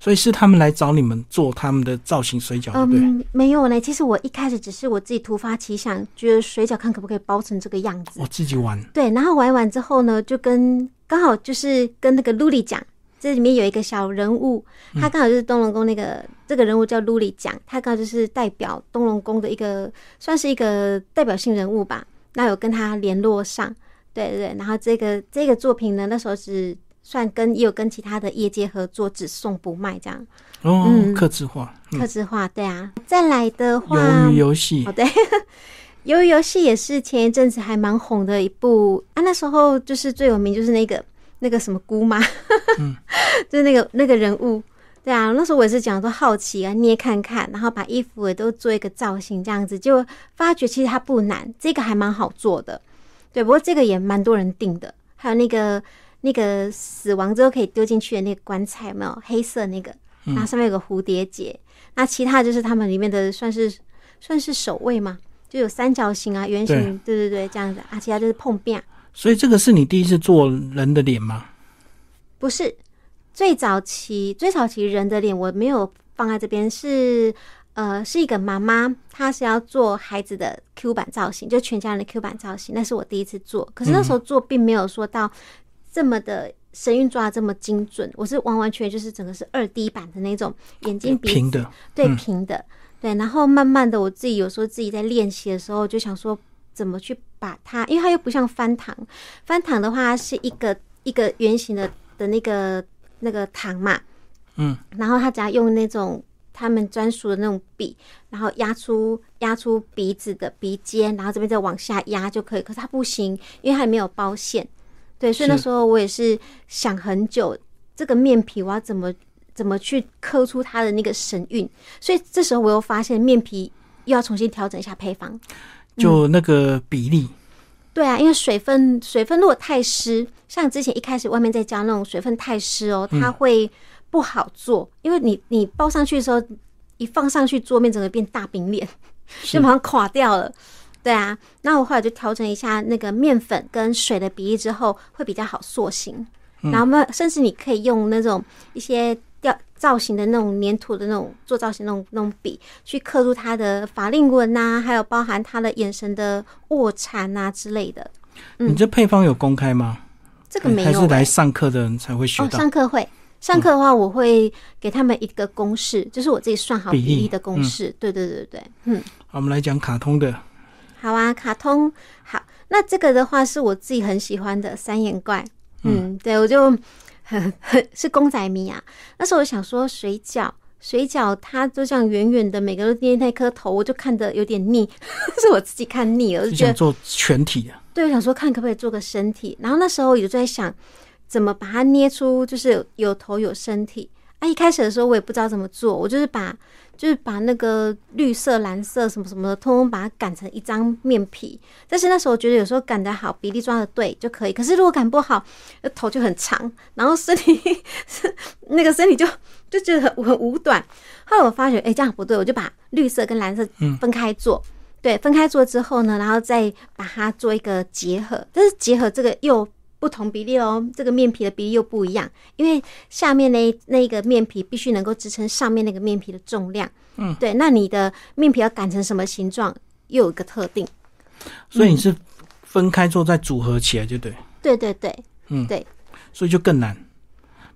Speaker 1: 所以是他们来找你们做他们的造型水饺，对哦不对？
Speaker 2: 嗯，没有呢。其实我一开始只是我自己突发奇想，觉得水饺看可不可以包成这个样子
Speaker 1: 我。自己玩，
Speaker 2: 对，然后玩一玩之后呢，就跟刚好就是跟那个露丽讲，这里面有一个小人物，
Speaker 1: 嗯
Speaker 2: 他刚好就是东龙宫那个、这个人物叫露丽讲，他刚好就是代表东龙宫的一个算是一个代表性人物吧。那有跟他联络上，对对对。然后这个这个作品呢，那时候只算跟也有跟其他的业界合作，只送不卖这样，
Speaker 1: 哦，
Speaker 2: 嗯
Speaker 1: 刻字化，嗯
Speaker 2: 特制化。对啊，再来的话，
Speaker 1: 鱿鱼游戏
Speaker 2: 好，的， 鱿鱼游戏也是前一阵子还蛮红的一部啊，那时候就是最有名就是那个那个什么姑妈， 就是那个那个人物。对啊，那时候我也是讲说好奇啊，捏看看，然后把衣服也都做一个造型这样子，就发觉其实它不难，这个还蛮好做的。对，不过这个也蛮多人订的，还有那个那个死亡之后可以丢进去的那个棺材，有没有黑色那个，然后上面有个蝴蝶结。那其他就是他们里面的算是算是守卫嘛，就有三角形啊、圆形，对对对，这样子啊，其他就是碰壁啊，
Speaker 1: 所以这个是你第一次做人的脸吗？
Speaker 2: 不是最早期最早期人的脸我没有放在这边，是呃是一个妈妈，她是要做孩子的 Q 版造型，
Speaker 1: 嗯
Speaker 2: 就全家人的 Q 版造型，那是我第一次做，可是那时候做并没有说到这么的。神韵抓的这么精准，我是完完全就是整个是二 D 版的那种，眼睛鼻嗯
Speaker 1: 平的，
Speaker 2: 对平的，对。然后慢慢的，我自己有时候自己在练习的时候，就想说怎么去把它，因为它又不像翻糖，翻糖的话是一个一个圆形的的那个那个糖嘛，
Speaker 1: 嗯，
Speaker 2: 然后他只要用那种他们专属的那种笔，然后压出压出鼻子的鼻尖，然后这边再往下压就可以。可是它不行，因为它没有包线。对，所以那
Speaker 1: 是
Speaker 2: 时候我也是想很久，这个面皮我要怎么怎么去刻出它的那个神韵。所以这时候我又发现面皮又要重新调整一下配方。
Speaker 1: 就那个比例，
Speaker 2: 对啊，因为水分水分如果太湿，像之前一开始外面在教那种水分太湿哦，它会不好做，因为你你包上去的时候，一放上去桌面整个变大饼脸，就马上垮掉了。对啊，那我后来就调整一下那个面粉跟水的比例之后，会比较好塑形。
Speaker 1: 嗯
Speaker 2: 然后呢，甚至你可以用那种一些雕造型的那种粘土的那种做造型的那种那种笔，去刻入它的法令纹呐、还有包含它的眼神的卧蚕呐之类的。嗯
Speaker 1: 你这配方有公开吗？
Speaker 2: 这个没
Speaker 1: 哎还
Speaker 2: 有
Speaker 1: 是
Speaker 2: 欸、
Speaker 1: 来上课的嗯人才会学
Speaker 2: 哦，
Speaker 1: 到。
Speaker 2: 上课会。上课的话，我会给他们一个公式，就是我自己算好
Speaker 1: 比
Speaker 2: 比
Speaker 1: 例嗯
Speaker 2: 例的公式。对对对对，嗯，
Speaker 1: 好我们来讲卡通的，
Speaker 2: 好啊，卡通好。那这个的话是我自己很喜欢的三眼怪，嗯，对我就 很很是公仔迷啊。那时候我想说水饺，水饺它就这样圆圆的，每个都捏那颗头，我就看的有点腻， 是我自己看腻了，我
Speaker 1: 是
Speaker 2: 就觉得
Speaker 1: 想做全体的，
Speaker 2: 对，我想说看可不可以做个身体。然后那时候有在想，怎么把它捏出就是有有头有身体。啊，一开始的时候我也不知道怎么做，我就是把就是把那个绿色、蓝色什么什么的，通通把它擀成一张面皮。但是那时候我觉得有时候擀得好，比例抓的对就可以。可是如果擀不好，那头就很长，然后身体 那个身体就就觉得很很五短。后来我发觉，哎、这样不对，我就把绿色跟蓝色分开做。对，分开做之后呢，然后再把它做一个结合，但是结合这个又不同比例哦，这个面皮的比例又不一样，因为下面那一那一个面皮必须能够支撑上面那个面皮的重量。
Speaker 1: 嗯，
Speaker 2: 对，那你的面皮要擀成什么形状，又有一个特定。
Speaker 1: 所以你是分开做再组合起来，就对，
Speaker 2: 对对对，
Speaker 1: 所以就更难，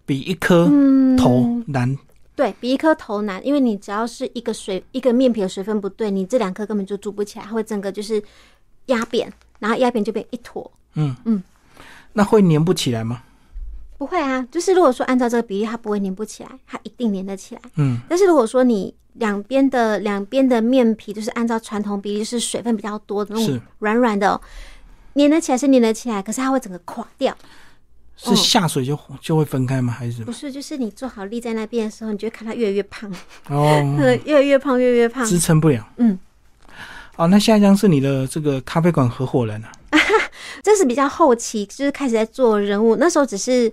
Speaker 1: 比一颗
Speaker 2: 嗯，
Speaker 1: 头难。
Speaker 2: 对比一颗头难，因为你只要是一个水一个面皮的水分不对，你这两颗根本就组不起来，它会整个就是压扁，然后压扁就变一坨。
Speaker 1: 那会粘不起来吗？
Speaker 2: 不会啊，就是如果说按照这个比例，它不会粘不起来，它一定粘得起来。
Speaker 1: 嗯，
Speaker 2: 但是如果说你两边的两边的面皮就是按照传统比例是水分比较多的那
Speaker 1: 是
Speaker 2: 种软软的、哦，粘得起来是粘得起来，可是它会整个垮掉。
Speaker 1: 是下水就就会分开吗？还是什么
Speaker 2: 哦不是，就是你做好立在那边的时候，你就会看它越来越胖，
Speaker 1: 哦，
Speaker 2: 呃，越来越胖，越来越胖。
Speaker 1: 支撑不了？
Speaker 2: 嗯。
Speaker 1: 好，那下一张是你的这个咖啡馆合伙人啊，
Speaker 2: 这是比较后期，就是开始在做人物，那时候只是，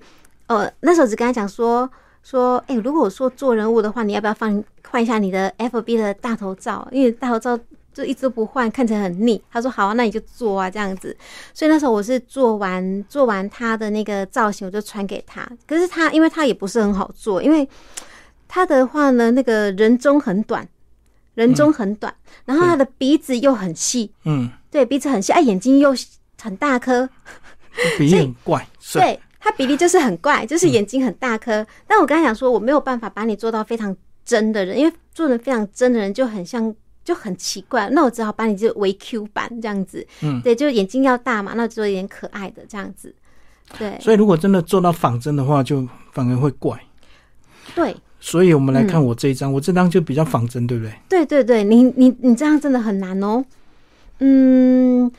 Speaker 2: 呃，那时候只跟他讲说说，哎、如果我说做人物的话，你要不要放换一下你的 FB 的大头照？因为大头照就一直都不换，看起来很腻。他说好啊，那你就做啊，这样子。所以那时候我是做完做完他的那个造型，我就传给他。可是他因为他也不是很好做，因为他的话呢，那个人中很短，人中很短，然后他的鼻子又很细，
Speaker 1: 嗯，
Speaker 2: 对，鼻子很细，啊，眼睛又很大颗，
Speaker 1: 比例很怪，是嗯
Speaker 2: 对，它比例就是很怪，就是眼睛很大颗。但我刚才讲说，我没有办法把你做到非常真的人，因为做的非常真的人就很像。就很奇怪，那我只好把你这为 Q 版这样子，
Speaker 1: 嗯
Speaker 2: 对，就是眼睛要大嘛，那就有点可爱的这样子，对
Speaker 1: 所以如果真的做到仿真的话，就反而会怪。
Speaker 2: 对
Speaker 1: 所以我们来
Speaker 2: 嗯
Speaker 1: 看我这一张，我这张就比较仿真，对不对？
Speaker 2: 对对对，你你你这样真的很难哦，嗯，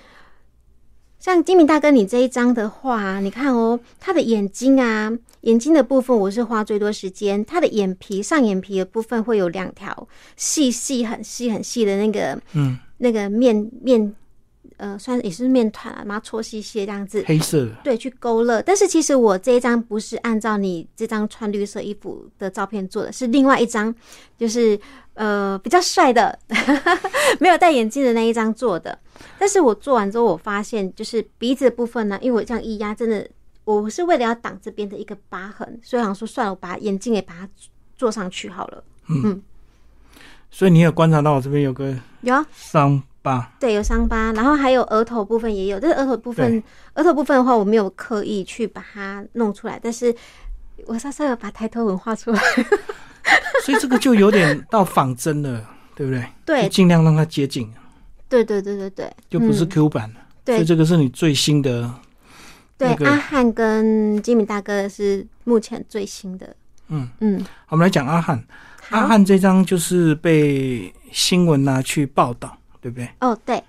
Speaker 2: 像金明大哥你这一张的话，你看哦，他的眼睛啊，眼睛的部分我是花最多时间，他的眼皮上眼皮的部分会有两条细细很细很细的那个
Speaker 1: 嗯，
Speaker 2: 那个面面，呃，算也是面团啊，把它搓细细这样子，
Speaker 1: 黑色的，
Speaker 2: 对，去勾勒。但是其实我这一张不是按照你这张穿绿色衣服的照片做的，是另外一张，就是呃比较帅的， 没有戴眼镜的那一张做的。但是我做完之后，我发现就是鼻子的部分呢，因为我这样一压，真的我是为了要挡这边的一个疤痕，所以我想说算了，我把眼镜也把它做上去好了。嗯
Speaker 1: 所以你有观察到我这边有个
Speaker 2: 有啊
Speaker 1: 伤 疤，
Speaker 2: 对，有伤疤，然后还有额头部分也有，但是额头部分，额头部分的话，我没有刻意去把它弄出来，但是我稍稍有把抬头纹画出来。
Speaker 1: 所以这个就有点到仿真了，对不对？
Speaker 2: 对
Speaker 1: 就尽量让它接近，
Speaker 2: 对对对对对，
Speaker 1: 就不是
Speaker 2: 嗯
Speaker 1: Q 版了。
Speaker 2: 对
Speaker 1: 所以这个是你最新的，
Speaker 2: 对
Speaker 1: 那个
Speaker 2: 阿汉跟吉米大哥是目前最新的。
Speaker 1: 嗯
Speaker 2: 嗯，
Speaker 1: 我们来讲阿汉。
Speaker 2: 好
Speaker 1: 阿汉这张就是被新闻拿去报道，对不对？
Speaker 2: 哦，对，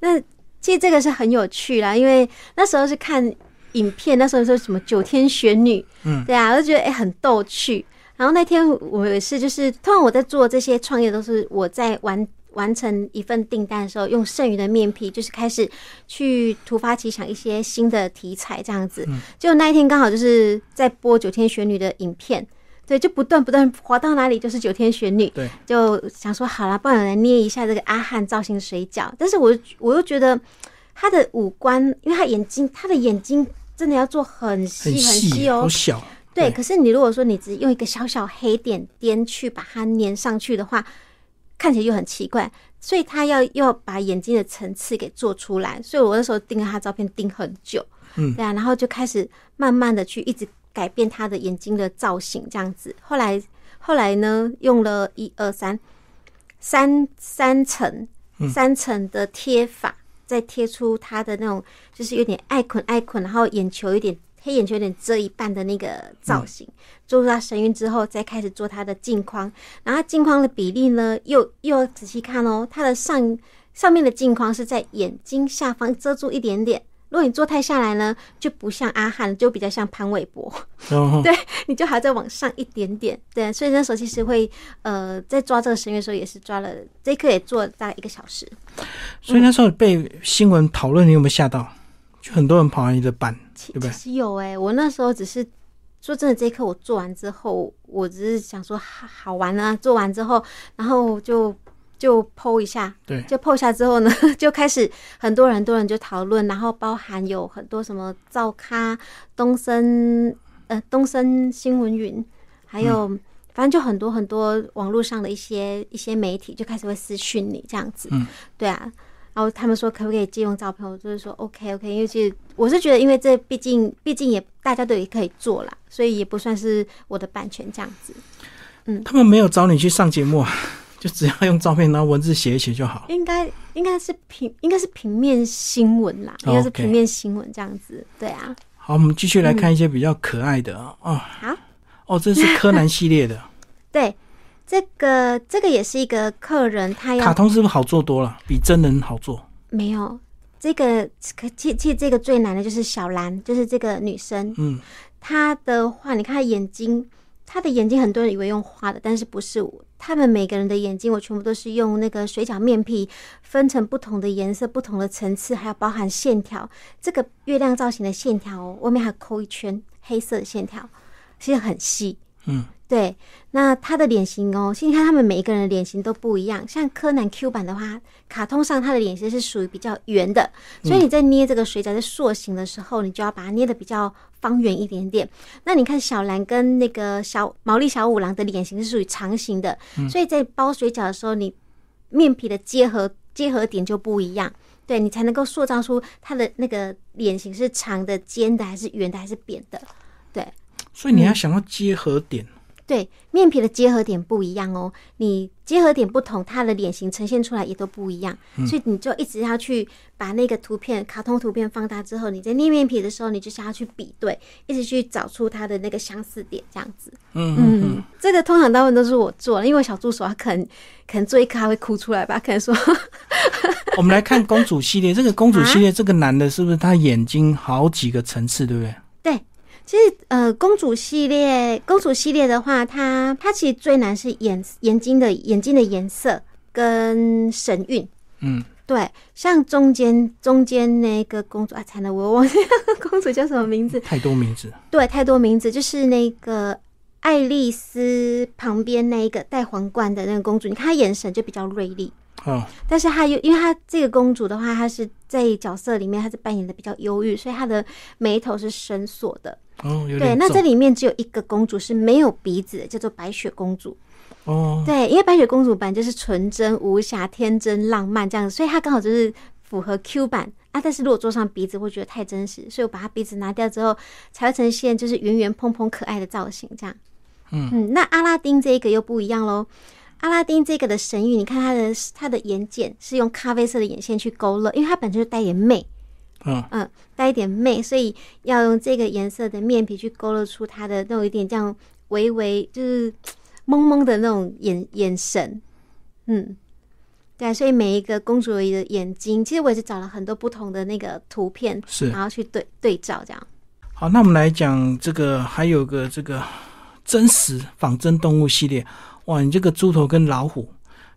Speaker 2: 那其实这个是很有趣啦，因为那时候是看影片，那时候说什么九天玄女，
Speaker 1: 嗯
Speaker 2: 对啊，我就觉得哎、很逗趣。然后那天我也是，就是通常我在做这些创业，都是我在完完成一份订单的时候，用剩余的面皮，就是开始去突发奇想一些新的题材这样子。
Speaker 1: 嗯
Speaker 2: 结果那一天刚好就是在播九天玄女的影片。对，就不断不断滑到哪里就是九天玄女，
Speaker 1: 对，
Speaker 2: 就想说好啦，不然我来捏一下这个阿汉造型水饺。但是我我又觉得他的五官，因为他眼睛，他的眼睛真的要做很细
Speaker 1: 很
Speaker 2: 细
Speaker 1: 细，
Speaker 2: 哦
Speaker 1: 好，小。
Speaker 2: 对，
Speaker 1: 对
Speaker 2: 可是你如果说你只用一个小小黑点点去把它粘上去的话，看起来就很奇怪。所以他要要把眼睛的层次给做出来，所以我那时候盯着他照片盯很久，
Speaker 1: 嗯
Speaker 2: 对啊，然后就开始慢慢的去一直改变他的眼睛的造型，这样子。后来后来呢，用了一二三三三层
Speaker 1: 嗯
Speaker 2: 三层的贴法，再贴出他的那种就是有点爱捆爱捆，然后眼球有点黑眼球有点遮一半的那个造型。做出他神韵之后，再开始做他的镜框，然后它镜框的比例呢，又又要仔细看哦，它的上上面的镜框是在眼睛下方遮住一点点。如果你做太下来呢，就不像阿汉，就比较像潘玮柏，
Speaker 1: 然后
Speaker 2: 你就还要再往上一点点。对，所以那时候其实会，呃，在抓这个神韵的时候，也是抓了这一刻也做了大概一个小时。
Speaker 1: 所以那时候被新闻讨论，你有没有吓到？就很多人跑来你的版，
Speaker 2: 其
Speaker 1: 对不
Speaker 2: 其
Speaker 1: 对
Speaker 2: 实有哎、我那时候只是说真的，这一刻我做完之后，我只是想说好好玩啊，做完之后，然后就就剖一下，
Speaker 1: 对
Speaker 2: 就剖一下之后呢， 就开始很多人很多人就讨论，然后包含有很多什么造咖、东森呃东森新闻云，还有、
Speaker 1: 嗯
Speaker 2: 反正就很多很多网络上的一些一些媒体就开始会私讯你这样子，
Speaker 1: 嗯
Speaker 2: 对啊，然后他们说可不可以借用照片，我就是说 OK OK，因为其实我是觉得，因为这毕竟毕竟也大家都也可以做啦，所以也不算是我的版权这样子，
Speaker 1: 他们没有找你去上节目啊， 就只要用照片，然后文字写一写就好。
Speaker 2: 应该应该是平应该是平面新闻啦，应该是
Speaker 1: OK
Speaker 2: 平面新闻这样子，对啊，
Speaker 1: 好，我们继续来看一些比较可爱的啊、
Speaker 2: 好。
Speaker 1: 哦，这是柯南系 列的
Speaker 2: 哎对，这个这个也是一个客人，他
Speaker 1: 卡
Speaker 2: 要
Speaker 1: 通，是不是好做多了？比真人好做。
Speaker 2: 没有这个，可其其实这个最难的就是小兰，就是这个女生，
Speaker 1: 嗯，
Speaker 2: 她的话，你看她眼睛，她的眼睛很多人以为用画的，但是不是我。他们每个人的眼睛，我全部都是用那个水饺面皮分成不同的颜色、不同的层次，还有包含线条。这个月亮造型的线条哦，外面还抠一圈黑色的线条，其实很细。
Speaker 1: 嗯，
Speaker 2: 对，那他的脸型哦，先看他们每一个人的脸型都不一样。像柯南 Q 版的话，卡通上他的脸型是属于比较圆的，所以你在捏这个水饺在塑形的时候，你就要把它捏的比较方圆一点点。那你看小兰跟那个小毛利小五郎的脸型是属于长形的，所以在包水饺的时候，你面皮的结合结合点就不一样。对你才能够塑造出它的那个脸型是长的、尖的，还是圆的，还是扁的？
Speaker 1: 所以你要想要结合点，
Speaker 2: 对，面皮的结合点不一样哦，你结合点不同，它的脸型呈现出来也都不一样，所以你就一直要去把那个图片、卡通图片放大之后，你在捏面皮的时候，你就是要去比对，一直去找出它的那个相似点，这样子。
Speaker 1: 嗯嗯
Speaker 2: 嗯，这个通常大部分都是我做的，因为我小助手他可能可能做一颗他会哭出来吧，可能说
Speaker 1: 我们来看公主系列，这个公主
Speaker 2: 啊
Speaker 1: 系列，这个男的是不是他眼睛好几个层次，对不对？
Speaker 2: 对。其实，呃，公主系列，公主系列的话，它它其实最难是眼眼睛的眼睛的颜色跟神韵，
Speaker 1: 嗯，
Speaker 2: 对，像中间中间那个公主啊，惨了， 我忘记公主叫什么名字。
Speaker 1: 太多名字。
Speaker 2: 对，太多名字，就是那个爱丽丝旁边那一个戴皇冠的那个公主，你看她眼神就比较锐利，
Speaker 1: 哦，
Speaker 2: 但是她又因为她这个公主的话，她是在角色里面她是扮演的比较忧郁，所以她的眉头是深锁的。
Speaker 1: 哦，有
Speaker 2: 对，
Speaker 1: 点
Speaker 2: 那
Speaker 1: 重
Speaker 2: 这里面只有一个公主是没有鼻子的，叫做白雪公主。
Speaker 1: 哦，
Speaker 2: 对，因为白雪公主版就是纯真无瑕、天真浪漫这样子，所以它刚好就是符合 Q 版啊。但是如果做上鼻子，会觉得太真实，所以我把它鼻子拿掉之后，才会呈现就是圆圆蓬蓬可爱的造型这样。
Speaker 1: 嗯
Speaker 2: 嗯，那阿拉丁这一个又不一样喽。阿拉丁这个的神谕，你看他的他的眼睑是用咖啡色的眼线去勾勒，因为它本身就带一点媚，
Speaker 1: 嗯
Speaker 2: 嗯，带一点媚，所以要用这个颜色的面皮去勾勒出他的那种有点这样微微就是懵懵的那种眼眼神，嗯，对啊，所以每一个公主的眼睛，其实我也是找了很多不同的那个图片，
Speaker 1: 是。
Speaker 2: 然后去对对照这样。
Speaker 1: 好，那我们来讲这个，还有个这个真实仿真动物系列。哇，你这个猪头跟老虎，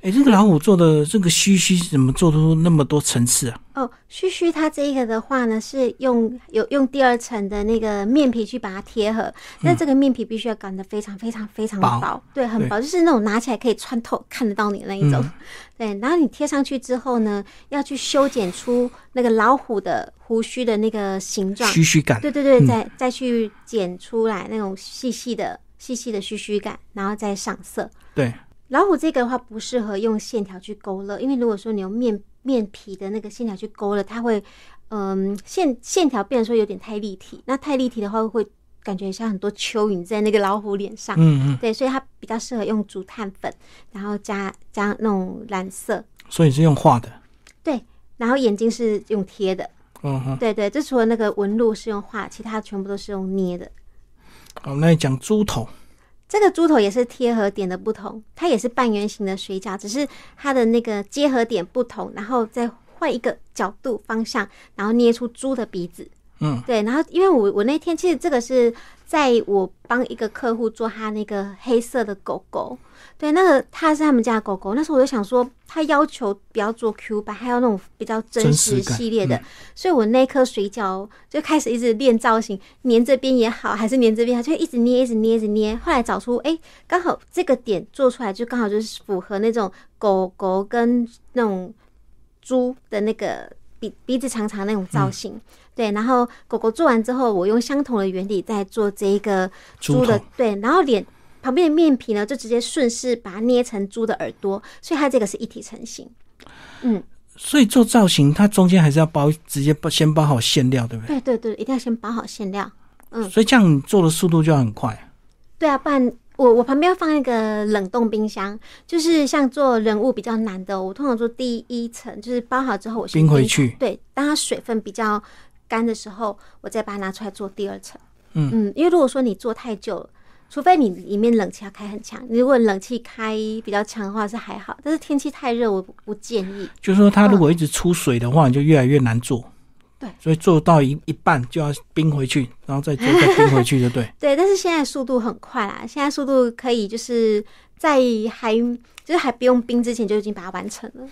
Speaker 1: 哎、这个老虎做的这个须须怎么做出那么多层次啊？
Speaker 2: 哦，须须它这一个的话呢，是用有用第二层的那个面皮去把它贴合，那这个面皮必须要擀得非常非常非常的
Speaker 1: 嗯薄
Speaker 2: 薄，对，很
Speaker 1: 对嗯
Speaker 2: 薄，就是那种拿起来可以穿透、看得到你的那一种。 对，然后你贴上去之后呢，要去修剪出那个老虎的胡须的那个形状，
Speaker 1: 须须感，
Speaker 2: 对对对，
Speaker 1: 嗯
Speaker 2: 再再去剪出来那种细细的、细细的须须感，然后再上色。
Speaker 1: 对，
Speaker 2: 老虎这个的话不适合用线条去勾勒，因为如果说你用面面皮的那个线条去勾勒，它会，嗯，线线条变得说有点太立体，那太立体的话会感觉像很多蚯蚓在那个老虎脸上，
Speaker 1: 嗯嗯，
Speaker 2: 对，所以它比较适合用竹炭粉，然后加加那种染色，
Speaker 1: 所以是用画的，
Speaker 2: 对，然后眼睛是用贴的，
Speaker 1: 嗯哼。
Speaker 2: 对对，这除了那个纹路是用画，其他全部都是用捏的。
Speaker 1: 好，那你讲猪头，
Speaker 2: 这个猪头也是贴合点的不同，它也是半圆形的水饺，只是它的那个结合点不同，然后再换一个角度方向，然后捏出猪的鼻子。
Speaker 1: 嗯，
Speaker 2: 对，然后因为我我那天其实这个是在我帮一个客户做他那个黑色的狗狗，对，那个他是他们家的狗狗，那时候我就想说他要求不要做 Q 版，还有那种比较真实
Speaker 1: 真实感嗯
Speaker 2: 系列的，所以我那颗水饺就开始一直练造型，粘这边也好，还是粘这边，它就一直捏，一直捏，一直捏。后来找出，哎、刚好这个点做出来就刚好就是符合那种狗狗跟那种猪的那个鼻鼻子长长那种造
Speaker 1: 嗯
Speaker 2: 型。对，然后狗狗做完之后，我用相同的原理再做这一个猪
Speaker 1: 猪
Speaker 2: 的
Speaker 1: 头，
Speaker 2: 对，然后脸旁边的面皮呢，就直接顺势把它捏成猪的耳朵，所以它这个是一体成型。嗯，
Speaker 1: 所以做造型它中间还是要包，直接包先包好馅料，对不对？
Speaker 2: 对对对，一定要先包好馅料。嗯
Speaker 1: 所以这样你做的速度就要很快。
Speaker 2: 对啊，不然我我旁边要放一个冷冻冰箱，就是像做人物比较难的，我通常做第一层，就是包好之后我先
Speaker 1: 冰回
Speaker 2: 冰
Speaker 1: 去
Speaker 2: 对，当它水分比较干的时候，我再把它拿出来做第二层。
Speaker 1: 嗯
Speaker 2: 因为如果说你做太久了。除非你里面冷气要开很强，如果冷气开比较强的话是还好，但是天气太热，我不不建议。
Speaker 1: 就是说，它如果一直出水的话，你就越来越难做。
Speaker 2: 嗯对
Speaker 1: 所以做到一一半就要冰回去，然后再做再冰回去，对不对？
Speaker 2: 对，但是现在速度很快啦，现在速度可以就是在还就是还不用冰之前就已经把它完成了。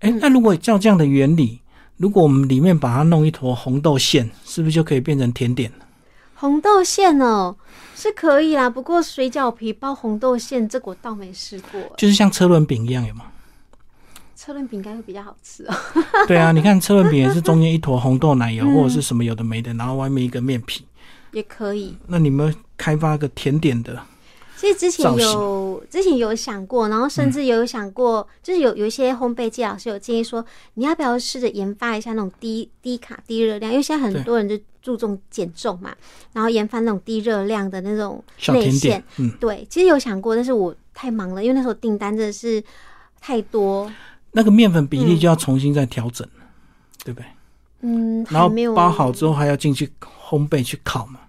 Speaker 1: 哎、那如果照这样的原理，如果我们里面把它弄一坨红豆馅，是不是就可以变成甜点了？
Speaker 2: 红豆馅哦，是可以啦，不过水饺皮包红豆馅，这个我倒没试过。
Speaker 1: 就是像车轮饼一样，有吗？
Speaker 2: 车轮饼应该会比较好吃哦。
Speaker 1: 对啊，你看车轮饼也是中间一坨红豆奶油、或者是什么有的没的，然后外面一个面皮。
Speaker 2: 也可以。
Speaker 1: 那你们开发个甜点的，
Speaker 2: 其实之前
Speaker 1: 造嗯
Speaker 2: 有之前有想过，然后甚至有想过，就是有有一些烘焙界老师有建议说，你要不要试着研发一下那种低低卡低热量，因为现在很
Speaker 1: 对
Speaker 2: 多人就注重减重嘛，然后研发那种低热量的那种
Speaker 1: 小
Speaker 2: 内
Speaker 1: 甜点
Speaker 2: 馅。，
Speaker 1: 嗯，
Speaker 2: 对，其实有想过，但是我太忙了，因为那时候订单真的是太多，
Speaker 1: 那个面粉比例就要重新再调整，对不对？
Speaker 2: 嗯，
Speaker 1: 然
Speaker 2: 还
Speaker 1: 后
Speaker 2: 没有
Speaker 1: 包好之后还要进去烘焙去烤嘛，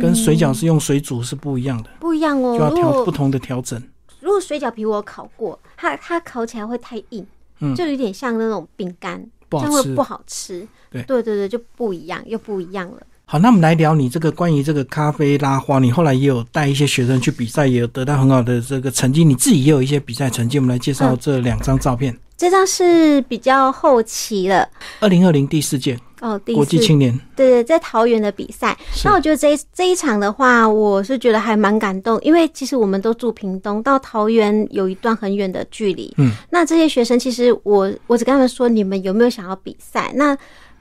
Speaker 1: 跟水饺是用水煮是不一样的，
Speaker 2: 不一样哦。
Speaker 1: 就要
Speaker 2: 如
Speaker 1: 调
Speaker 2: 果
Speaker 1: 不同的调整。
Speaker 2: 如果水饺皮我有烤过，它它烤起来会太硬，
Speaker 1: 嗯
Speaker 2: 就有点像那种饼干，
Speaker 1: 不
Speaker 2: 这
Speaker 1: 好
Speaker 2: 样会
Speaker 1: 吃
Speaker 2: 不好吃。
Speaker 1: 对
Speaker 2: 对对对就不一样，又不一样了。
Speaker 1: 好，那我们来聊你这个关于这个咖啡拉花，你后来也有带一些学生去比赛，也有得到很好的这个成绩，你自己也有一些比赛成绩。我们来介绍
Speaker 2: 嗯
Speaker 1: 这两张照片。
Speaker 2: 这张是比较后期了
Speaker 1: 二零二零第四届
Speaker 2: 哦，第
Speaker 1: 国
Speaker 2: 四
Speaker 1: 际青年
Speaker 2: 对对，在桃园的比赛。
Speaker 1: 是
Speaker 2: 那我觉得这一这一场的话，我是觉得还蛮感动，因为其实我们都住屏东，到桃园有一段很远的距离。
Speaker 1: 嗯，
Speaker 2: 那这些学生其实我我只跟他们说，你们有没有想要比赛？那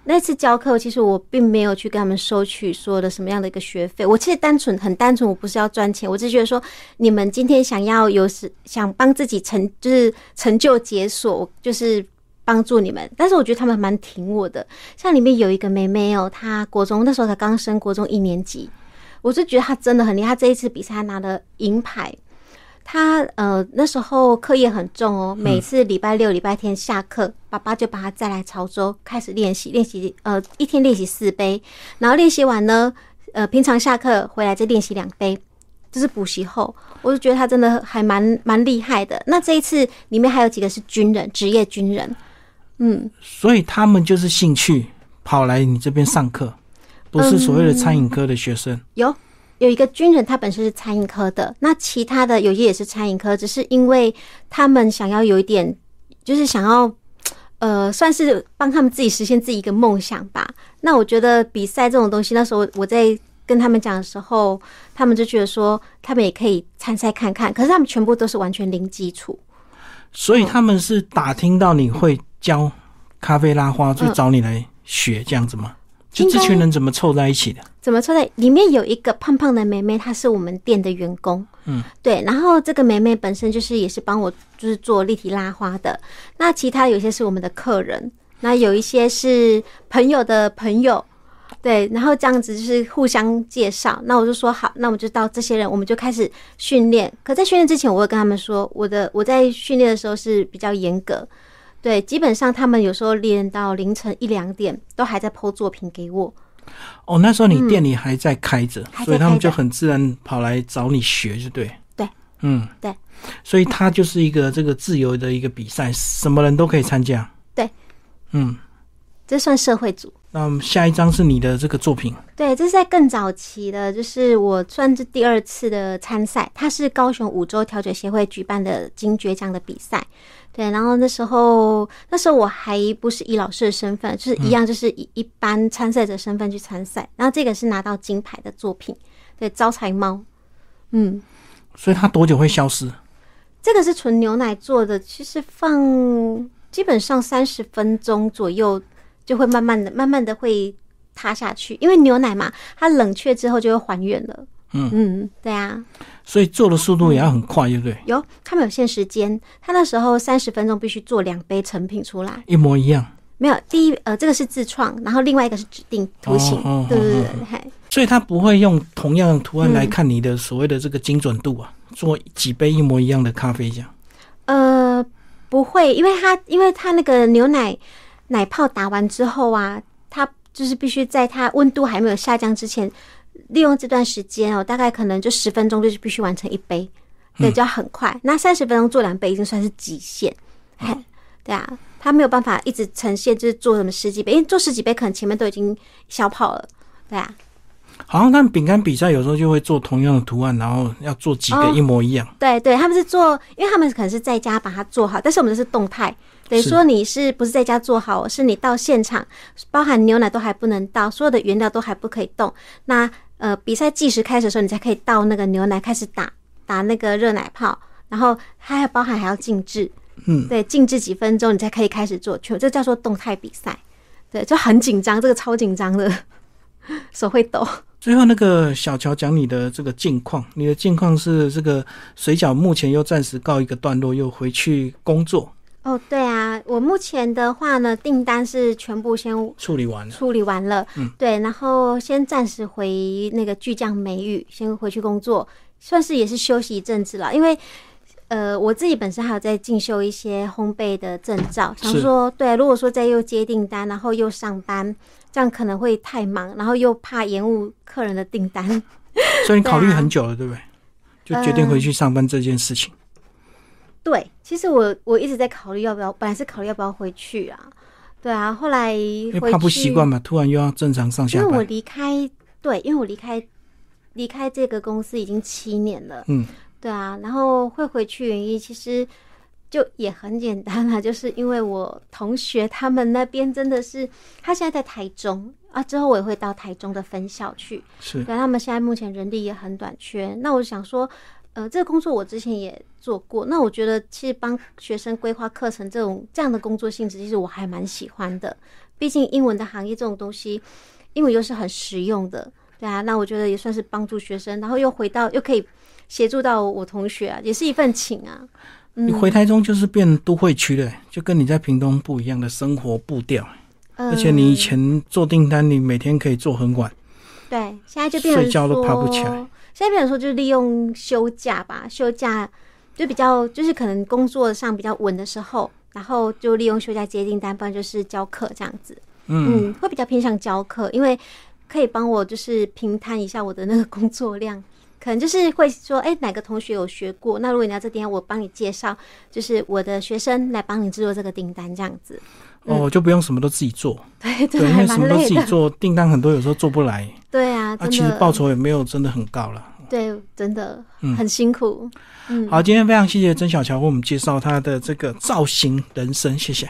Speaker 2: 那次教课，其实我并没有去跟他们收取所有的什么样的一个学费。我其实单纯很单纯，我不是要赚钱，我只是觉得说，你们今天想要有时想帮自己成就是成就解锁，我就是帮助你们。但是我觉得他们蛮挺我的，像里面有一个妹妹哦，她国中那时候才刚升国中一年级，我就觉得她真的很厉害。她这一次比赛她拿了银牌。他呃那时候课业很重哦，每次礼拜六、礼拜天下课，爸爸就把他载来潮州开始练习，练习呃一天练习四杯，然后练习完呢，呃平常下课回来再练习两杯，就是补习后，我就觉得他真的还蛮蛮厉害的。那这一次里面还有几个是军人，职业军人，嗯，
Speaker 1: 所以他们就是兴趣跑来你这边上课，不是所谓的餐饮科的学生。
Speaker 2: 有。有一个军人，他本身是餐饮科的，那其他的有些也是餐饮科，只是因为他们想要有一点，就是想要，呃，算是帮他们自己实现自己一个梦想吧。那我觉得比赛这种东西，那时候我在跟他们讲的时候，他们就觉得说，他们也可以参赛看看，可是他们全部都是完全零基础，
Speaker 1: 所以他们是打听到你会教咖啡拉花，
Speaker 2: 嗯
Speaker 1: 就找你来学这样子吗？就这群人怎么凑在一起的？
Speaker 2: 怎么凑在？里面有一个胖胖的妹妹，她是我们店的员工，嗯，对。然后这个妹妹本身就是也是帮我就是做立体拉花的。那其他有些是我们的客人，那有一些是朋友的朋友，对。然后这样子就是互相介绍。那我就说好，那我们就到这些人，我们就开始训练。可在训练之前，我会跟他们说，我的我在训练的时候是比较严格。对，基本上他们有时候练到凌晨一两点，都还在剖作品给我。
Speaker 1: 哦，那时候你店里还在开着，
Speaker 2: 嗯还在
Speaker 1: 所以他
Speaker 2: 开
Speaker 1: 们
Speaker 2: 着
Speaker 1: 就很自然跑来找你学，就对。
Speaker 2: 对，
Speaker 1: 嗯，
Speaker 2: 对。
Speaker 1: 所以它就是一个这个自由的一个比赛，什么人都可以参加。
Speaker 2: 对，
Speaker 1: 嗯。
Speaker 2: 这算社会组。
Speaker 1: 那我们下一张是你的这个作品，
Speaker 2: 对，这是在更早期的，就是我算是第二次的参赛，它是高雄五洲调酒协会举办的金爵奖的比赛。对，然后那时候那时候我还不是以老师的身份，就是一样就是以一般参赛者身份去参赛，然后这个是拿到金牌的作品，对，招财猫，嗯。
Speaker 1: 所以它多久会消失？
Speaker 2: 这个是纯牛奶做的，其实放基本上三十分钟左右就会慢慢的、慢慢的会塌下去，因为牛奶嘛，它冷却之后就会还原了。嗯嗯，对啊，
Speaker 1: 所以做的速度也要很快，对不对？
Speaker 2: 有他们有限时间，他那时候三十分钟必须做两杯成品出来，
Speaker 1: 一模一样。
Speaker 2: 没有第一呃这个是自创，然后另外一个是指定图形，
Speaker 1: 哦哦
Speaker 2: 对对
Speaker 1: 哦
Speaker 2: 对
Speaker 1: 哦
Speaker 2: 对，嘿
Speaker 1: 所以它不会用同样的图
Speaker 2: 嗯
Speaker 1: 案来看你的所谓的这个精准度啊，做几杯一模一样的咖啡这样。
Speaker 2: 呃不会，因为它因为它那个牛奶奶泡打完之后啊，它就是必须在它温度还没有下降之前，利用这段时间哦，大概可能就十分钟就是必须完成一杯，对，就要很快。那三十分钟做两杯已经算是极限，嘿，对啊，它没有办法一直呈现就是做什么十几杯，因为做十几杯可能前面都已经消泡了，对啊，
Speaker 1: 好像他们饼干比赛有时候就会做同样的图案，然后要做几个
Speaker 2: 哦
Speaker 1: 一模一样。
Speaker 2: 对对，他们是做，因为他们可能是在家把它做好，但是我们这是动态，等于
Speaker 1: 是
Speaker 2: 说你是不是在家做好，是你到现场，包含牛奶都还不能倒，所有的原料都还不可以动。那呃，比赛计时开始的时候，你才可以倒那个牛奶开始打打那个热奶泡，然后它还包含还要静置，
Speaker 1: 嗯，
Speaker 2: 对，静置几分钟你才可以开始做，全这叫做动态比赛，对，就很紧张，这个超紧张的， 手会抖。
Speaker 1: 最后那个小乔讲你的这个近况，你的近况是这个水饺目前又暂时告一个段落，又回去工作
Speaker 2: 哦，对啊，我目前的话呢，订单是全部先
Speaker 1: 处理完了。
Speaker 2: 处理完了，
Speaker 1: 嗯
Speaker 2: 对，然后先暂时回那个巨匠美语，先回去工作，算是也是休息一阵子了，因为。呃，我自己本身还有在进修一些烘焙的证照，想
Speaker 1: 是
Speaker 2: 说对，如果说再又接订单，然后又上班，这样可能会太忙，然后又怕延误客人的订单。
Speaker 1: 所以你考虑
Speaker 2: 对啊
Speaker 1: 很久了，对不对？就决定回去上班这件事情。
Speaker 2: 对，其实我我一直在考虑要不要，本来是考虑要不要回去啊，对啊，后来
Speaker 1: 因
Speaker 2: 回
Speaker 1: 为怕不
Speaker 2: 去
Speaker 1: 习惯嘛，突然又要正常上
Speaker 2: 因
Speaker 1: 下
Speaker 2: 为我
Speaker 1: 班。
Speaker 2: 离开，对，因为我离开离开这个公司已经七年了，
Speaker 1: 嗯，
Speaker 2: 对啊，然后会回去原因其实就也很简单啦，就是因为我同学他们那边真的是，他现在在台中啊，之后我也会到台中的分校去，
Speaker 1: 是
Speaker 2: 对，他们现在目前人力也很短缺，那我想说。呃，这个工作我之前也做过。那我觉得，其实帮学生规划课程这种这样的工作性质，其实我还蛮喜欢的。毕竟英文的行业这种东西，英文又是很实用的，对啊。那我觉得也算是帮助学生，然后又回到又可以协助到我同学啊，也是一份情啊。嗯、
Speaker 1: 你回台中就是变都会区了，就跟你在屏东不一样的生活步调。
Speaker 2: 嗯
Speaker 1: 而且你以前做订单，你每天可以做很晚，
Speaker 2: 对，现在就变成
Speaker 1: 睡觉都爬不起来
Speaker 2: 说现在变成说，就是利用休假吧，休假就比较就是可能工作上比较稳的时候，然后就利用休假接订单，不然就是教课这样子。
Speaker 1: 嗯，
Speaker 2: 嗯，会比较偏向教课，因为可以帮我就是平摊一下我的那个工作量。 可能就是会说，哎、哪个同学有学过？那如果你要这订单，我帮你介绍，就是我的学生来帮你制作这个订单，这样子。
Speaker 1: 哦，就不用什么都自己做，
Speaker 2: 对，
Speaker 1: 对，
Speaker 2: 真的
Speaker 1: 因
Speaker 2: 嗯还
Speaker 1: 为什
Speaker 2: 蛮
Speaker 1: 么都自
Speaker 2: 累
Speaker 1: 己
Speaker 2: 的。
Speaker 1: 做，订单很多，有时候做不来，
Speaker 2: 对啊，
Speaker 1: 啊，
Speaker 2: 真
Speaker 1: 其
Speaker 2: 的。
Speaker 1: 实报酬也没有真的很高了。
Speaker 2: 对，真的
Speaker 1: 嗯
Speaker 2: 很辛苦。嗯，
Speaker 1: 好，今天非常谢谢曾小乔为我们介绍她的这个造型人生，谢谢。